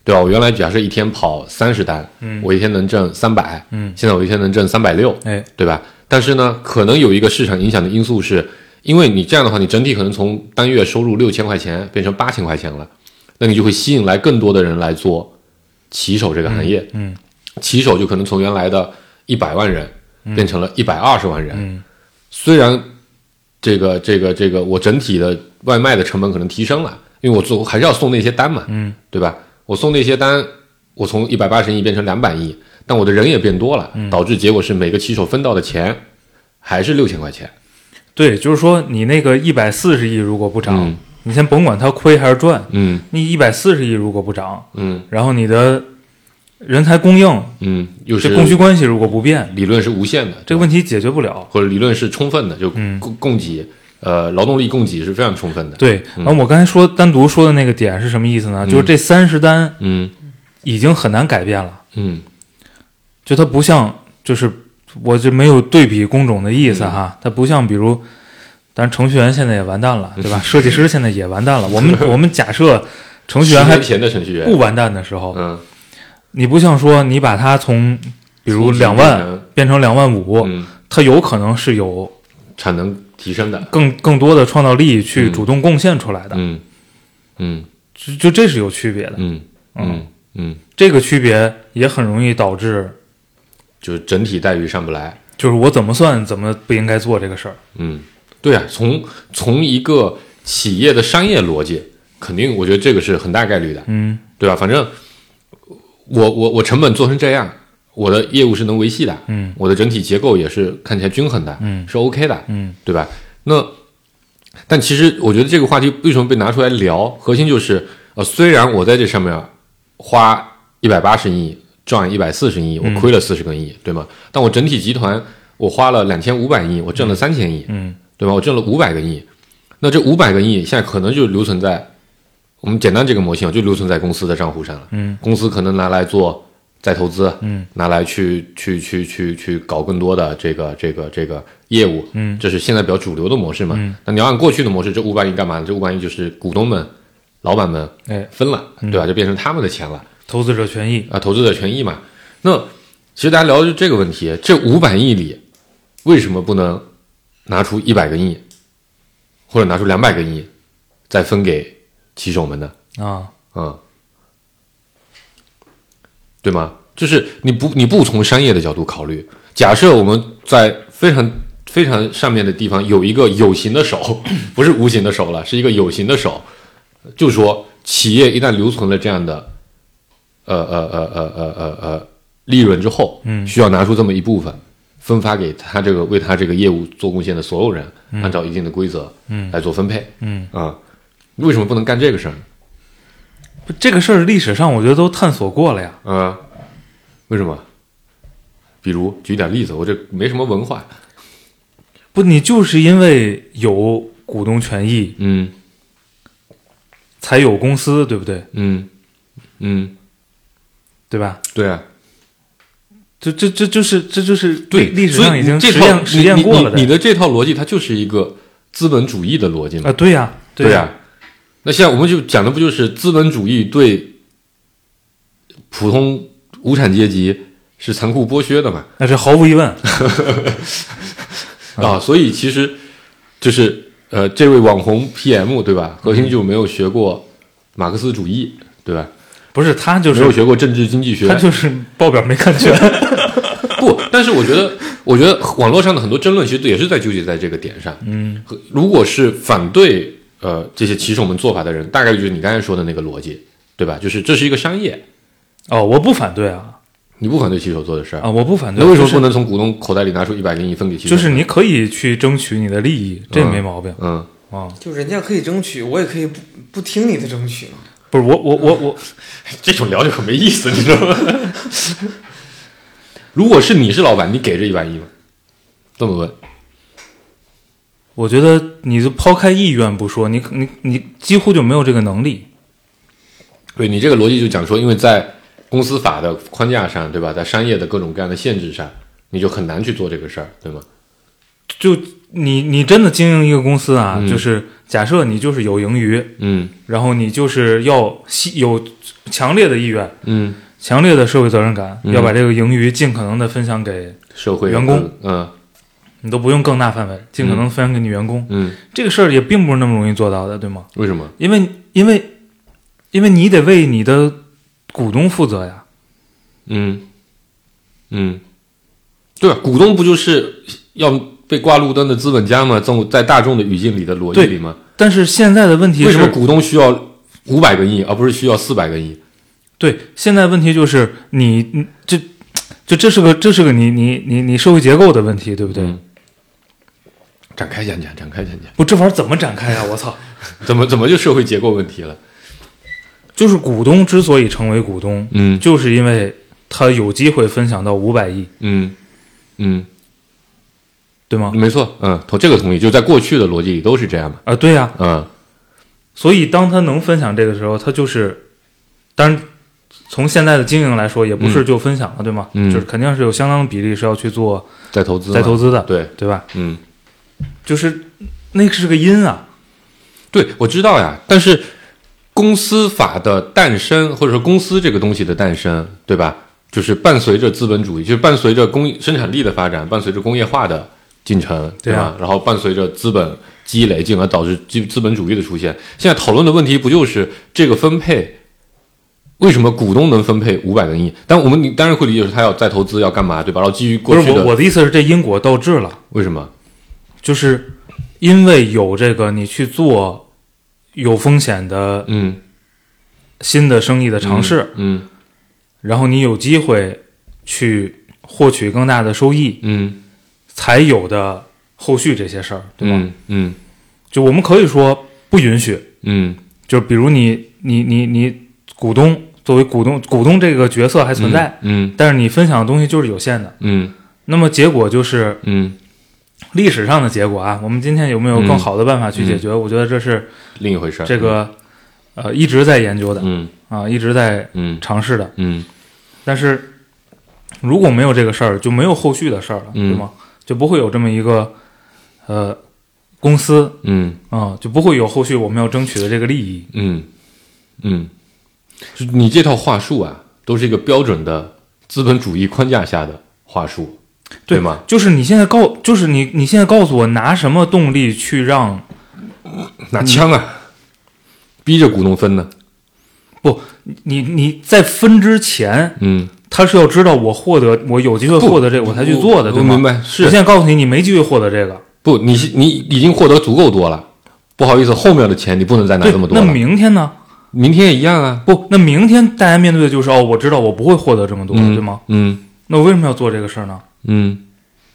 [SPEAKER 4] 对吧？我原来假设一天跑三十单，嗯，我一天能挣三百，
[SPEAKER 3] 嗯，
[SPEAKER 4] 现在我一天能挣三百六，
[SPEAKER 3] 哎，
[SPEAKER 4] 对吧？但是呢，可能有一个市场影响的因素是，因为你这样的话，你整体可能从单月收入六千块钱变成八千块钱了，那你就会吸引来更多的人来做骑手这个行业，
[SPEAKER 3] 嗯
[SPEAKER 4] 骑手就可能从原来的一百万人变成了一百二十万人。
[SPEAKER 3] 嗯
[SPEAKER 4] 虽然这个这个这个我整体的外卖的成本可能提升了，因为我做还是要送那些单嘛，
[SPEAKER 3] 嗯，
[SPEAKER 4] 对吧？我送那些单，我从一百八十亿变成两百亿，但我的人也变多了，
[SPEAKER 3] 嗯
[SPEAKER 4] 导致结果是每个骑手分到的钱还是六千块钱。
[SPEAKER 3] 对，就是说你那个一百四十亿如果不涨，
[SPEAKER 4] 嗯
[SPEAKER 3] 你先甭管它亏还是赚，
[SPEAKER 4] 嗯
[SPEAKER 3] 你一百四十亿如果不涨，
[SPEAKER 4] 嗯
[SPEAKER 3] 然后你的人才供应
[SPEAKER 4] 嗯，又是
[SPEAKER 3] 这供需关系如果不变，
[SPEAKER 4] 理论是无限的，
[SPEAKER 3] 这个问题解决不了。
[SPEAKER 4] 或者理论是充分的，就
[SPEAKER 3] 嗯
[SPEAKER 4] 供供给呃劳动力供给是非常充分的。，
[SPEAKER 3] 对，然后我刚才说单独说的那个点是什么意思呢？就是这三十单
[SPEAKER 4] 嗯
[SPEAKER 3] 已经很难改变了。
[SPEAKER 4] 嗯
[SPEAKER 3] 就它不像，就是我就没有对比工种的意
[SPEAKER 4] 嗯
[SPEAKER 3] 思哈，它不像比如，当然程序员现在也完蛋
[SPEAKER 4] *laughs*
[SPEAKER 3] 了，对吧？设计师现在也完蛋了。我们我们假设程序员还
[SPEAKER 4] 10年前的程序员
[SPEAKER 3] 不完蛋的时候，
[SPEAKER 4] 嗯，
[SPEAKER 3] 你不像说你把它从比如
[SPEAKER 4] 从
[SPEAKER 3] 两
[SPEAKER 4] 变
[SPEAKER 3] 万
[SPEAKER 4] 成
[SPEAKER 3] 变成两万五，
[SPEAKER 4] 嗯，
[SPEAKER 3] 它有可能是有
[SPEAKER 4] 产能提升的，
[SPEAKER 3] 更更多的创造力去
[SPEAKER 4] 嗯
[SPEAKER 3] 主动贡献出来的，
[SPEAKER 4] 嗯嗯
[SPEAKER 3] 就就这是有区别的。
[SPEAKER 4] 嗯嗯嗯，
[SPEAKER 3] 这个区别也很容易导致，
[SPEAKER 4] 就是整体待遇上不来，
[SPEAKER 3] 就是我怎么算怎么不应该做这个事儿。
[SPEAKER 4] 嗯，对啊，从从一个企业的商业逻辑，肯定我觉得这个是很大概率的，
[SPEAKER 3] 嗯
[SPEAKER 4] 对吧？反正我我我成本做成这样，我的业务是能维系的，
[SPEAKER 3] 嗯
[SPEAKER 4] 我的整体结构也是看起来均衡的，
[SPEAKER 3] 嗯
[SPEAKER 4] 是 OK 的，
[SPEAKER 3] 嗯
[SPEAKER 4] 对吧？那但其实我觉得这个话题为什么被拿出来聊，核心就是呃，虽然我在这上面花一百八十亿赚一百四十亿，我亏
[SPEAKER 3] 嗯
[SPEAKER 4] 了四十个亿，对吗？但我整体集团我花了两千五百亿，我挣了三千亿，
[SPEAKER 3] 嗯
[SPEAKER 4] 对吧？我挣了五百个亿，那这五百个亿现在可能就留存在我们简单这个模型就留存在公司的账户上了，
[SPEAKER 3] 嗯，
[SPEAKER 4] 公司可能拿来做再投资，
[SPEAKER 3] 嗯，
[SPEAKER 4] 拿来去去去去去搞更多的这个这个这个业务，
[SPEAKER 3] 嗯
[SPEAKER 4] 这是现在比较主流的模式嘛。
[SPEAKER 3] 嗯
[SPEAKER 4] 那你要按过去的模式，这五百亿干嘛呢？这五百亿就是股东们、老板们
[SPEAKER 3] 哎，
[SPEAKER 4] 分了，对吧？就变成他们的钱了。
[SPEAKER 3] 投资者权益，
[SPEAKER 4] 啊，投资者权益嘛。那其实大家聊的就是这个问题，这五百亿里为什么不能拿出一百个亿，或者拿出两百个亿，再分给骑手们呢？
[SPEAKER 3] 啊，
[SPEAKER 4] 啊，对吗？就是你不你不从商业的角度考虑，假设我们在非常非常上面的地方有一个有形的手，不是无形的手了，是一个有形的手，就说企业一旦留存了这样的，呃呃呃呃呃呃呃利润之后，
[SPEAKER 3] 嗯
[SPEAKER 4] 需要拿出这么一部分分发给他这个为他这个业务做贡献的所有人，按照一定的规则，
[SPEAKER 3] 嗯
[SPEAKER 4] 来做分配，
[SPEAKER 3] 嗯，
[SPEAKER 4] 啊，为什么不能干这个事儿呢？
[SPEAKER 3] 不这个事儿历史上我觉得都探索过了呀。
[SPEAKER 4] 啊，为什么？比如举点例子，我这没什么文化。
[SPEAKER 3] 不，你就是因为有股东权益
[SPEAKER 4] 嗯
[SPEAKER 3] 才有公司，对不对？
[SPEAKER 4] 嗯嗯，
[SPEAKER 3] 对吧？
[SPEAKER 4] 对啊，
[SPEAKER 3] 这这这就是这就是
[SPEAKER 4] 对，
[SPEAKER 3] 历史
[SPEAKER 4] 所以
[SPEAKER 3] 上已经
[SPEAKER 4] 这
[SPEAKER 3] 实
[SPEAKER 4] 套
[SPEAKER 3] 验实验过了
[SPEAKER 4] 你你你。你的这套逻辑，它就是一个资本主义的逻辑嘛。
[SPEAKER 3] 啊，对呀、
[SPEAKER 4] 对
[SPEAKER 3] 呀、
[SPEAKER 4] 呀、那现在我们就讲的不就是资本主义对普通无产阶级是残酷剥削的嘛？
[SPEAKER 3] 那是毫无疑问。
[SPEAKER 4] 啊，所以其实就是呃，这位网红 PM 对
[SPEAKER 3] 嗯
[SPEAKER 4] 吧？核心就没有学过马克思主义对吧？
[SPEAKER 3] 不是他就
[SPEAKER 4] 没有
[SPEAKER 3] 是
[SPEAKER 4] 学过政治经济学，
[SPEAKER 3] 他就是报表没
[SPEAKER 4] *laughs*
[SPEAKER 3] 看全。
[SPEAKER 4] 不，但是我觉得，我觉得网络上的很多争论其实也是在纠结在这个点上。
[SPEAKER 3] 嗯
[SPEAKER 4] 和如果是反对呃这些骑手们做法的人，大概就是你刚才说的那个逻辑，对吧？就是这是一个商业，
[SPEAKER 3] 哦，我不反对啊
[SPEAKER 4] 你不反对骑手做的事儿，
[SPEAKER 3] 啊，我不反对。
[SPEAKER 4] 那为什么
[SPEAKER 3] 就是
[SPEAKER 4] 不能从股东口袋里拿出一百零一分给骑手？
[SPEAKER 3] 就是你可以去争取你的利益，这
[SPEAKER 4] 嗯
[SPEAKER 3] 没毛病啊、
[SPEAKER 4] 嗯，
[SPEAKER 2] 就人家可以争取，我也可以不不听你的争取嘛。
[SPEAKER 3] 不是我我我我
[SPEAKER 4] 这种聊就很没意思，你知道吗？ *laughs* 如果是你是老板，你给这一百亿吗？这么问，
[SPEAKER 3] 我觉得你就抛开意愿不说，你你你几乎就没有这个能力。
[SPEAKER 4] 对你这个逻辑就讲说，因为在公司法的框架上，对吧？在商业的各种各样的限制上，你就很难去做这个事儿，对吗？
[SPEAKER 3] 就你你真的经营一个公司啊，
[SPEAKER 4] 嗯
[SPEAKER 3] 就是假设你就是有盈余，
[SPEAKER 4] 嗯
[SPEAKER 3] 然后你就是要吸有强烈的意愿、
[SPEAKER 4] 嗯，
[SPEAKER 3] 强烈的社会责任感，
[SPEAKER 4] 嗯
[SPEAKER 3] 要把这个盈余尽可能的分享给
[SPEAKER 4] 社会
[SPEAKER 3] 员工，
[SPEAKER 4] 嗯
[SPEAKER 3] 你都不用更大范围，尽可能分享给你员工。
[SPEAKER 4] 嗯，
[SPEAKER 3] 这个事儿也并不是那么容易做到的，对吗？
[SPEAKER 4] 为什么？
[SPEAKER 3] 因为因为因为你得为你的股东负责呀。
[SPEAKER 4] 嗯嗯，对吧？股东不就是要被挂路灯的资本家吗？这种在大众的语境里的逻辑
[SPEAKER 3] 对
[SPEAKER 4] 里吗？
[SPEAKER 3] 但是现在的问题是
[SPEAKER 4] 为什么股东需要五百个亿，而不是需要四百个亿？
[SPEAKER 3] 对，现在问题就是你你这就这是个这是个你你你你社会结构的问题，对不对？
[SPEAKER 4] 嗯展开讲讲，展开讲讲，
[SPEAKER 3] 不，这玩意儿怎么展开呀、我操！
[SPEAKER 4] 怎么怎么就社会结构问题了？
[SPEAKER 3] 就是股东之所以成为股东，
[SPEAKER 4] 嗯
[SPEAKER 3] 就是因为他有机会分享到五百亿，
[SPEAKER 4] 嗯嗯，
[SPEAKER 3] 对吗？
[SPEAKER 4] 没错，嗯，同这个同意，就在过去的逻辑里都是这样嘛，
[SPEAKER 3] 啊，对呀、
[SPEAKER 4] 嗯
[SPEAKER 3] 所以当他能分享这个时候，他就是，当然从现在的经营来说，也不是就分享了，对吗？
[SPEAKER 4] 嗯
[SPEAKER 3] 就是肯定是有相当的比例是要去做
[SPEAKER 4] 在投资嘛，
[SPEAKER 3] 再投资的，
[SPEAKER 4] 对，
[SPEAKER 3] 对吧？
[SPEAKER 4] 嗯。
[SPEAKER 3] 就是那个是个因啊，
[SPEAKER 4] 对，我知道呀，但是公司法的诞生，或者说公司这个东西的诞生，对吧？就是伴随着资本主义，就是伴随着工生产力的发展，伴随着工业化的进程，
[SPEAKER 3] 对
[SPEAKER 4] 对
[SPEAKER 3] 啊
[SPEAKER 4] 吧？然后伴随着资本积累，进而导致资资本主义的出现。现在讨论的问题不就是这个分配？为什么股东能分配五百个亿？但我们你当然会理解是他要再投资要干嘛，对吧？然后基于
[SPEAKER 3] 不
[SPEAKER 4] 过
[SPEAKER 3] 是
[SPEAKER 4] 去
[SPEAKER 3] 我
[SPEAKER 4] 的
[SPEAKER 3] 我的意思是这因果倒置了。
[SPEAKER 4] 为什么？
[SPEAKER 3] 就是因为有这个，你去做有风险的
[SPEAKER 4] 嗯，
[SPEAKER 3] 新的生意的尝试，
[SPEAKER 4] 嗯
[SPEAKER 3] 然后你有机会去获取更大的收益，
[SPEAKER 4] 嗯
[SPEAKER 3] 才有的后续这些事儿，对吧？
[SPEAKER 4] 嗯嗯
[SPEAKER 3] 就我们可以说不允许，
[SPEAKER 4] 嗯
[SPEAKER 3] 就比如你你你你股东作为股东，股东这个角色还存在，
[SPEAKER 4] 嗯
[SPEAKER 3] 但是你分享的东西就是有限的。
[SPEAKER 4] 嗯
[SPEAKER 3] 那么结果就是
[SPEAKER 4] 嗯，
[SPEAKER 3] 历史上的结果啊，我们今天有没有更
[SPEAKER 4] 嗯
[SPEAKER 3] 好的办法去解决？我觉得这是
[SPEAKER 4] 另一回事儿。
[SPEAKER 3] 这个呃一直在研究的
[SPEAKER 4] 嗯。
[SPEAKER 3] 啊，一直在
[SPEAKER 4] 嗯
[SPEAKER 3] 尝试的。
[SPEAKER 4] 嗯
[SPEAKER 3] 但是如果没有这个事儿，就没有后续的事儿了，
[SPEAKER 4] 嗯
[SPEAKER 3] 对吗？就不会有这么一个呃公司
[SPEAKER 4] 嗯
[SPEAKER 3] 啊、就不会有后续我们要争取的这个利益。
[SPEAKER 4] 嗯嗯，就你这套话术啊，都是一个标准的资本主义框架下的话术，对吗？？
[SPEAKER 3] 就是你现在告，就是你你现在告诉我拿什么动力去让
[SPEAKER 4] 拿
[SPEAKER 3] 嗯
[SPEAKER 4] 枪啊，逼着股东分呢。
[SPEAKER 3] 不你你在分之前，
[SPEAKER 4] 嗯，
[SPEAKER 3] 他是要知道我获得我有机会
[SPEAKER 4] 不
[SPEAKER 3] 获得这个我才去做的，
[SPEAKER 4] 嗯我
[SPEAKER 3] 对
[SPEAKER 4] 我明
[SPEAKER 3] 吗？
[SPEAKER 4] 白，
[SPEAKER 3] 我
[SPEAKER 4] 是
[SPEAKER 3] 现在告诉你，你没机会获得这个。
[SPEAKER 4] 不？你是你已经获得足够多了，不好意思，后面的钱你不能再拿
[SPEAKER 3] 对
[SPEAKER 4] 这么，多
[SPEAKER 3] 那
[SPEAKER 4] 了。
[SPEAKER 3] 明天呢？
[SPEAKER 4] 明天也一样啊，
[SPEAKER 3] 不，那明天大家面对的就是哦，我知道我不会获得这么多，
[SPEAKER 4] 嗯
[SPEAKER 3] 对吗？
[SPEAKER 4] 嗯
[SPEAKER 3] 那我为什么要做这个事儿呢？
[SPEAKER 4] 嗯，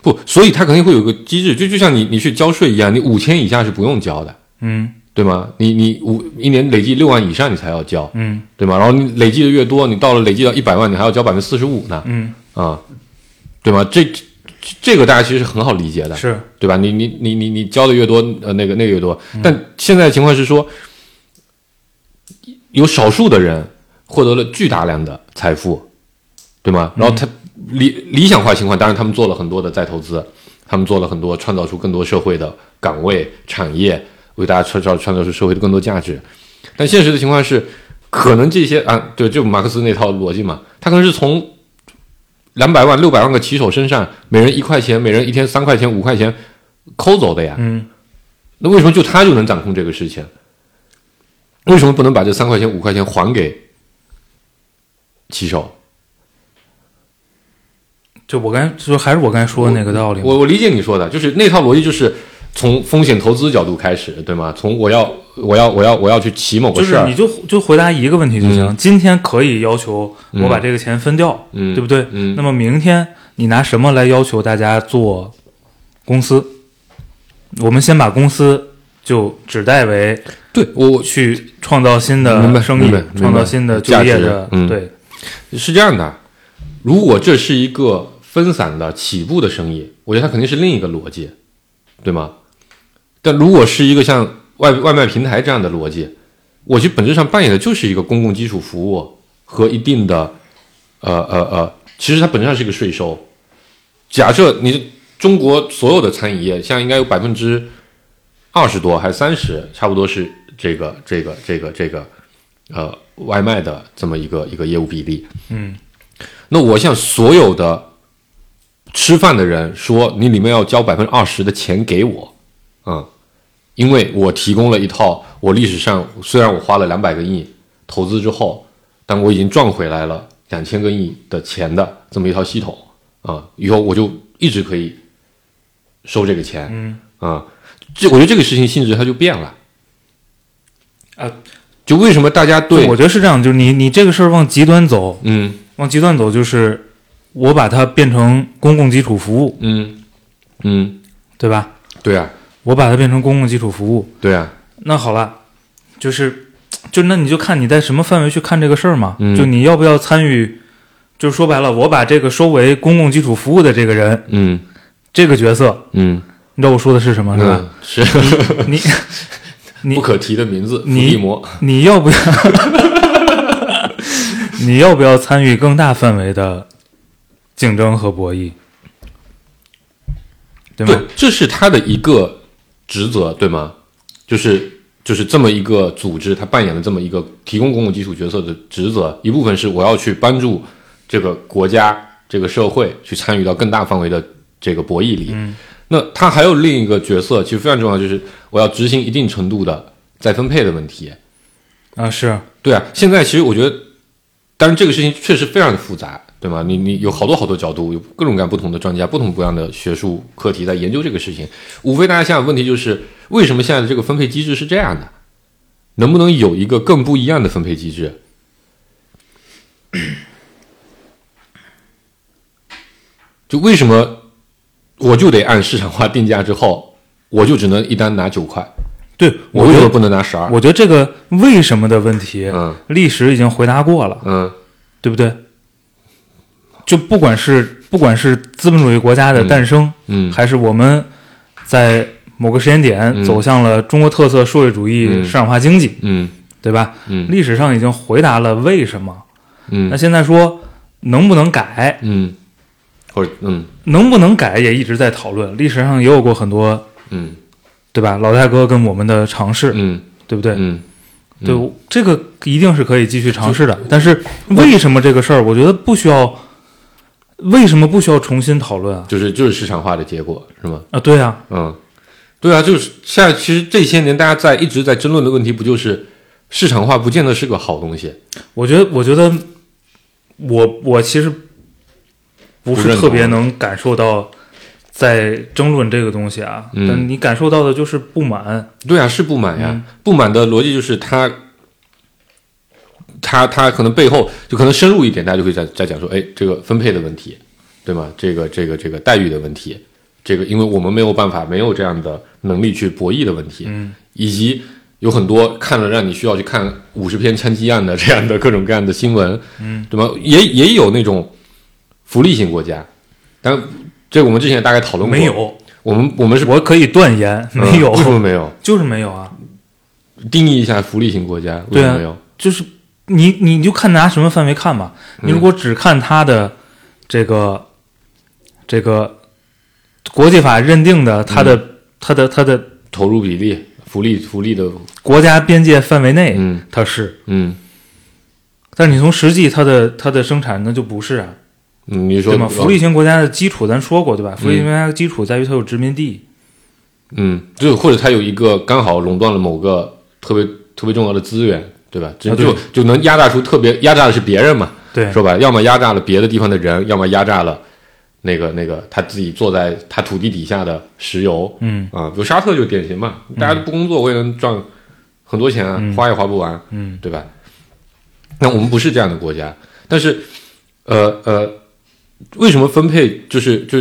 [SPEAKER 4] 不，所以它肯定会有个机制，就就像你你去交税一样，你五千以下是不用交的，
[SPEAKER 3] 嗯
[SPEAKER 4] 对吗？你你五一年累计六万以上你才要交，
[SPEAKER 3] 嗯
[SPEAKER 4] 对吗？然后你累计的越多，你到了累计到一百万，你还要交百分之四十五呢，
[SPEAKER 3] 嗯，
[SPEAKER 4] 啊、对吗？这这这个大家其实是很好理解的，
[SPEAKER 3] 是
[SPEAKER 4] 对吧？你你你你你交的越多，呃，那个那个越多。但现在的情况是说，有少数的人获得了巨大量的财富，对吗？然后他理理想化情况，当然他们做了很多的再投资，他们做了很多创造出更多社会的岗位、产业，为大家创造创造出社会的更多价值。但现实的情况是，可能这些啊，对，就马克思那套逻辑嘛，他可能是从两百万、六百万个骑手身上，每人一块钱，每人一天三块钱、五块钱抠走的呀。
[SPEAKER 3] 嗯
[SPEAKER 4] 那为什么就他就能掌控这个事情？为什么不能把这三块钱、五块钱还给骑手？
[SPEAKER 3] 就我刚才就还是我刚才说的那个道理嘛。
[SPEAKER 4] 我我理解你说的，就是那套逻辑，就是从风险投资角度开始，对吗？从我要我要我要我要去骑某个
[SPEAKER 3] 就
[SPEAKER 4] 事
[SPEAKER 3] 是
[SPEAKER 4] 儿，
[SPEAKER 3] 你就就回答一个问题就行。今天可以要求我把这个钱分掉，
[SPEAKER 4] 嗯，
[SPEAKER 3] 对不对？
[SPEAKER 4] 嗯，
[SPEAKER 3] 那么明天你拿什么来要求大家做公司？我们先把公司就指代为
[SPEAKER 4] 对我我
[SPEAKER 3] 去创造新
[SPEAKER 4] 明白
[SPEAKER 3] 的生意
[SPEAKER 4] 明白明，白
[SPEAKER 3] 创造新的就业
[SPEAKER 4] 价
[SPEAKER 3] 的
[SPEAKER 4] 值，嗯
[SPEAKER 3] 对，
[SPEAKER 4] 是这样的，如果这是一个分散的起步的生意，我觉得它肯定是另一个逻辑，对吗？但如果是一个像外外卖平台这样的逻辑，我去本质上扮演的就是一个公共基础服务和一定的，呃呃呃，其实它本质上是一个税收。假设你中国所有的餐饮业，现在应该有百分之二十多还是三十，差不多是这个这个这个这个，呃，外卖的这么一个一个业务比例。
[SPEAKER 3] 嗯
[SPEAKER 4] 那我向所有的吃饭的人说，你里面要交百分之二十的钱给我，嗯，因为我提供了一套我历史上虽然我花了两百个亿投资之后，但我已经赚回来了两千个亿的钱的这么一套系统啊、以后我就一直可以收这个钱，嗯啊、这我觉得这个事情性质它就变了，
[SPEAKER 3] 啊，
[SPEAKER 4] 就为什么大家对
[SPEAKER 3] 我觉得是这样，就是你你这个事儿往极端走，
[SPEAKER 4] 嗯
[SPEAKER 3] 往极端走就是我把它变成公共基础服务，
[SPEAKER 4] 嗯嗯，
[SPEAKER 3] 对吧？
[SPEAKER 4] 对啊
[SPEAKER 3] 我把它变成公共基础服务，
[SPEAKER 4] 对啊，
[SPEAKER 3] 那好了，就是就那你就看你在什么范围去看这个事儿嘛。
[SPEAKER 4] 嗯
[SPEAKER 3] 就你要不要参与？就说白了，我把这个收为公共基础服务的这个人，
[SPEAKER 4] 嗯
[SPEAKER 3] 这个角色，
[SPEAKER 4] 嗯。
[SPEAKER 3] 你知道我说的是什么是吧？
[SPEAKER 4] 嗯，是
[SPEAKER 3] 你你
[SPEAKER 4] 不可提的名 *laughs* 字，伏
[SPEAKER 3] 你
[SPEAKER 4] 地魔。
[SPEAKER 3] 你要 *laughs* 不要？你要不要参与更大范围的竞争和博弈？对吗？
[SPEAKER 4] 对，这是他的一个职责，对吗？就是就是这么一个组织，他扮演了这么一个提供公共基础角色的职责。一部分是我要去帮助这个国家、这个社会去参与到更大范围的这个博弈里。嗯，那他还有另一个角色，其实非常重要，就是我要执行一定程度的再分配的问题。
[SPEAKER 3] 啊，是
[SPEAKER 4] 对啊，现在其实我觉得，当然这个事情确实非常的复杂，对吗？你你有好多好多角度，有各种各样不同的专家、不同不一样的学术课题在研究这个事情。无非大家现在问题就是，为什么现在的这个分配机制是这样的？能不能有一个更不一样的分配机制？就为什么我就得按市场化定价之后，我就只能一单拿九块，
[SPEAKER 3] 对，
[SPEAKER 4] 我
[SPEAKER 3] 我
[SPEAKER 4] 为
[SPEAKER 3] 觉
[SPEAKER 4] 什
[SPEAKER 3] 得
[SPEAKER 4] 么不能拿十二？
[SPEAKER 3] 我觉得这个为什么的问题，
[SPEAKER 4] 嗯
[SPEAKER 3] 历史已经回答过了。
[SPEAKER 4] 嗯
[SPEAKER 3] 对不对？就不管是不管是资本主义国家的诞生，
[SPEAKER 4] 嗯
[SPEAKER 3] 还是我们在某个时间
[SPEAKER 4] 嗯
[SPEAKER 3] 点走向了中国特色社会主义
[SPEAKER 4] 嗯
[SPEAKER 3] 市场化经济，
[SPEAKER 4] 嗯
[SPEAKER 3] 对吧？
[SPEAKER 4] 嗯
[SPEAKER 3] 历史上已经回答了为什么，
[SPEAKER 4] 嗯
[SPEAKER 3] 那。现在说能不能改，
[SPEAKER 4] 嗯，或者嗯
[SPEAKER 3] 能不能改也一直在讨论。历史上也有过很多，
[SPEAKER 4] 嗯
[SPEAKER 3] 对吧？老大哥跟我们的尝试，
[SPEAKER 4] 嗯
[SPEAKER 3] 对不对？
[SPEAKER 4] 嗯
[SPEAKER 3] 对，这个一定是可以继续尝试的。但是为什么这个事儿，我觉得不需要，为什么不需要重新讨论啊？
[SPEAKER 4] 就是就是市场化的结果是吗？
[SPEAKER 3] 啊，对啊，
[SPEAKER 4] 嗯，对啊，就是现在其实这些年大家在一直在争论的问题，不就是市场化不见得是个好东西？
[SPEAKER 3] 我觉得，我觉得我我其实不
[SPEAKER 4] 不
[SPEAKER 3] 是
[SPEAKER 4] 认同啊
[SPEAKER 3] 特别能感受到在争论这个东西啊，
[SPEAKER 4] 嗯
[SPEAKER 3] 但你感受到的就是不满，
[SPEAKER 4] 对啊，是不满
[SPEAKER 3] 嗯
[SPEAKER 4] 呀。不满的逻辑就是他，他他可能背后就可能深入一点，大家就会再再讲说，哎，这个分配的问题，对吗？这个这个这个待遇的问题，这个因为我们没有办法，没有这样的能力去博弈的问题，嗯，以及有很多看了让你需要去看五十篇枪击案的这样的各种各样的新闻，嗯，对吗？也也有那种福利型国家，但这个我们之前也大概讨论过，
[SPEAKER 3] 没，有，
[SPEAKER 4] 我们我们是
[SPEAKER 3] 我可以断言，没有，
[SPEAKER 4] 嗯为什么没有？
[SPEAKER 3] *laughs* 就是没有啊，
[SPEAKER 4] 定义一下福利型国家，为
[SPEAKER 3] 对
[SPEAKER 4] 什
[SPEAKER 3] 啊
[SPEAKER 4] 么没有？
[SPEAKER 3] 就是你你就看拿什么范围看吧，
[SPEAKER 4] 嗯
[SPEAKER 3] 你如果只看他的这个、这个国际法认定的他的、
[SPEAKER 4] 嗯
[SPEAKER 3] 他的他的
[SPEAKER 4] 投入比例、福利、福利的，
[SPEAKER 3] 国家边界范围内，
[SPEAKER 4] 嗯
[SPEAKER 3] 他是，
[SPEAKER 4] 嗯
[SPEAKER 3] 但是你从实际他的他的生产那就不是啊。
[SPEAKER 4] 嗯，你说
[SPEAKER 3] 对吗？福利，型国家的基础咱说过对吧？福利型
[SPEAKER 4] 嗯
[SPEAKER 3] 国家的基础在于它有殖民地，
[SPEAKER 4] 嗯，就或者它有一个刚好垄断了某个特别特别重要的资源，对吧？就
[SPEAKER 3] 啊对
[SPEAKER 4] 就就能压榨出特别压榨的是别人嘛，
[SPEAKER 3] 对
[SPEAKER 4] 说白了，要么压榨了别的地方的人，要么压榨了那个那个他自己坐在他土地底下的石油，
[SPEAKER 3] 嗯
[SPEAKER 4] 啊，比如沙特就典型嘛，大家都不工作我也能赚很多钱啊，花也花不完，
[SPEAKER 3] 嗯，
[SPEAKER 4] 对吧？那我们不是这样的国家，但是，呃呃，为什么分配就是就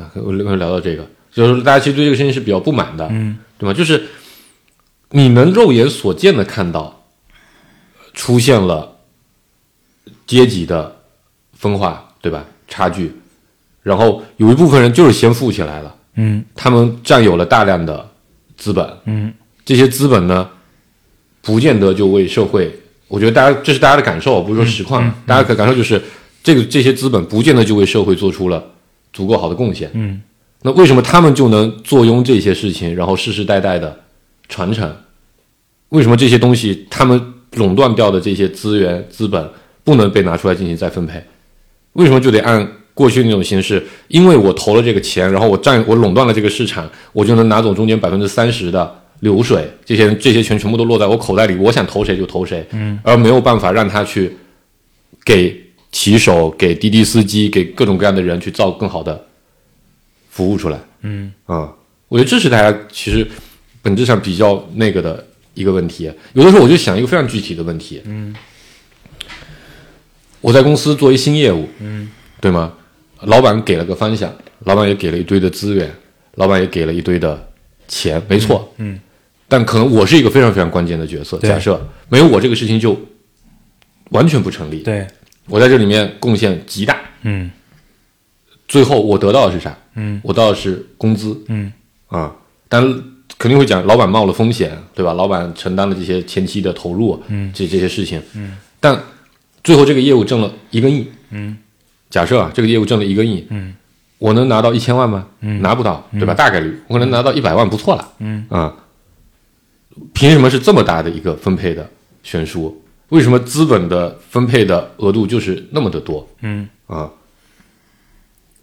[SPEAKER 4] 啊，我我聊到这个，就是大家其实对这个事情是比较不满的，
[SPEAKER 3] 嗯，
[SPEAKER 4] 对吗？就是你能肉眼所见的看到出现了阶级的分化，对吧？差距，然后有一部分人就是先富起来了，
[SPEAKER 3] 嗯
[SPEAKER 4] 他们占有了大量的资本，
[SPEAKER 3] 嗯，
[SPEAKER 4] 这些资本呢，不见得就为社会，我觉得大家这是大家的感受，不是说实况，大家可感受就是这个这些资本不见得就为社会做出了足够好的贡献。
[SPEAKER 3] 嗯，
[SPEAKER 4] 那为什么他们就能坐拥这些事情，然后世世代代的传承？为什么这些东西他们垄断掉的这些资源资本不能被拿出来进行再分配？为什么就得按过去那种形式？因为我投了这个钱，然后我占我垄断了这个市场，我就能拿走中间百分之三十的流水，这些这些钱全部都落在我口袋里，我想投谁就投谁，嗯，而没有办法让他去给骑手、给滴滴司机、给各种各样的人去造更好的服务出来，
[SPEAKER 3] 嗯
[SPEAKER 4] 啊，我觉得这是大家其实本质上比较那个的一个问题。有的时候我就想一个非常具体的问题，嗯，我在公司做一新业务，嗯，对吗？老板给了个方向，老板也给了一堆的资源，老板也给了一堆的钱，没错，
[SPEAKER 3] 嗯嗯
[SPEAKER 4] 但可能我是一个非常非常关键的角色。
[SPEAKER 3] 对
[SPEAKER 4] 假设没有我，这个事情就完全不成立。
[SPEAKER 3] 对，
[SPEAKER 4] 我在这里面贡献极大，
[SPEAKER 3] 嗯
[SPEAKER 4] 最后我得到的是啥？
[SPEAKER 3] 嗯
[SPEAKER 4] 我得到的是工资，
[SPEAKER 3] 嗯
[SPEAKER 4] 啊、但肯定会讲老板冒了风险，对吧？老板承担了这些前期的投入，
[SPEAKER 3] 嗯
[SPEAKER 4] 这这些事情，嗯，但最后这个业务挣了一个亿，
[SPEAKER 3] 嗯，
[SPEAKER 4] 假设啊，这个业务挣了一个亿，
[SPEAKER 3] 嗯，
[SPEAKER 4] 我能拿到一千万吗？嗯，拿不到，对吧？大概率我可能拿到一百万，不错了，
[SPEAKER 3] 嗯
[SPEAKER 4] 啊、凭什么是这么大的一个分配的悬殊？为什么资本的分配的额度就是那么的多
[SPEAKER 3] 嗯。
[SPEAKER 4] 啊？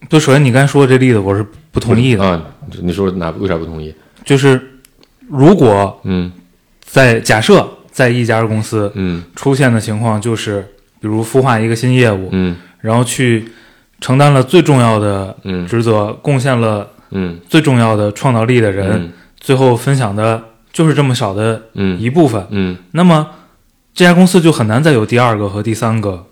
[SPEAKER 3] 就首先你刚才说的这例子，我是不同意的。
[SPEAKER 4] 啊？你说哪为啥不同意？
[SPEAKER 3] 就是如果
[SPEAKER 4] 嗯
[SPEAKER 3] 在假设在一家公司
[SPEAKER 4] 嗯
[SPEAKER 3] 出现的情况，就是比如孵化一个新业务，
[SPEAKER 4] 嗯
[SPEAKER 3] 然后去承担了最重要的
[SPEAKER 4] 嗯
[SPEAKER 3] 职责，贡献了
[SPEAKER 4] 嗯
[SPEAKER 3] 最重要的创造力的人，
[SPEAKER 4] 嗯
[SPEAKER 3] 最后分享的就是这么少的
[SPEAKER 4] 嗯
[SPEAKER 3] 一部分。
[SPEAKER 4] 嗯，
[SPEAKER 3] 那么这家公司就很难再有第二个和第三个，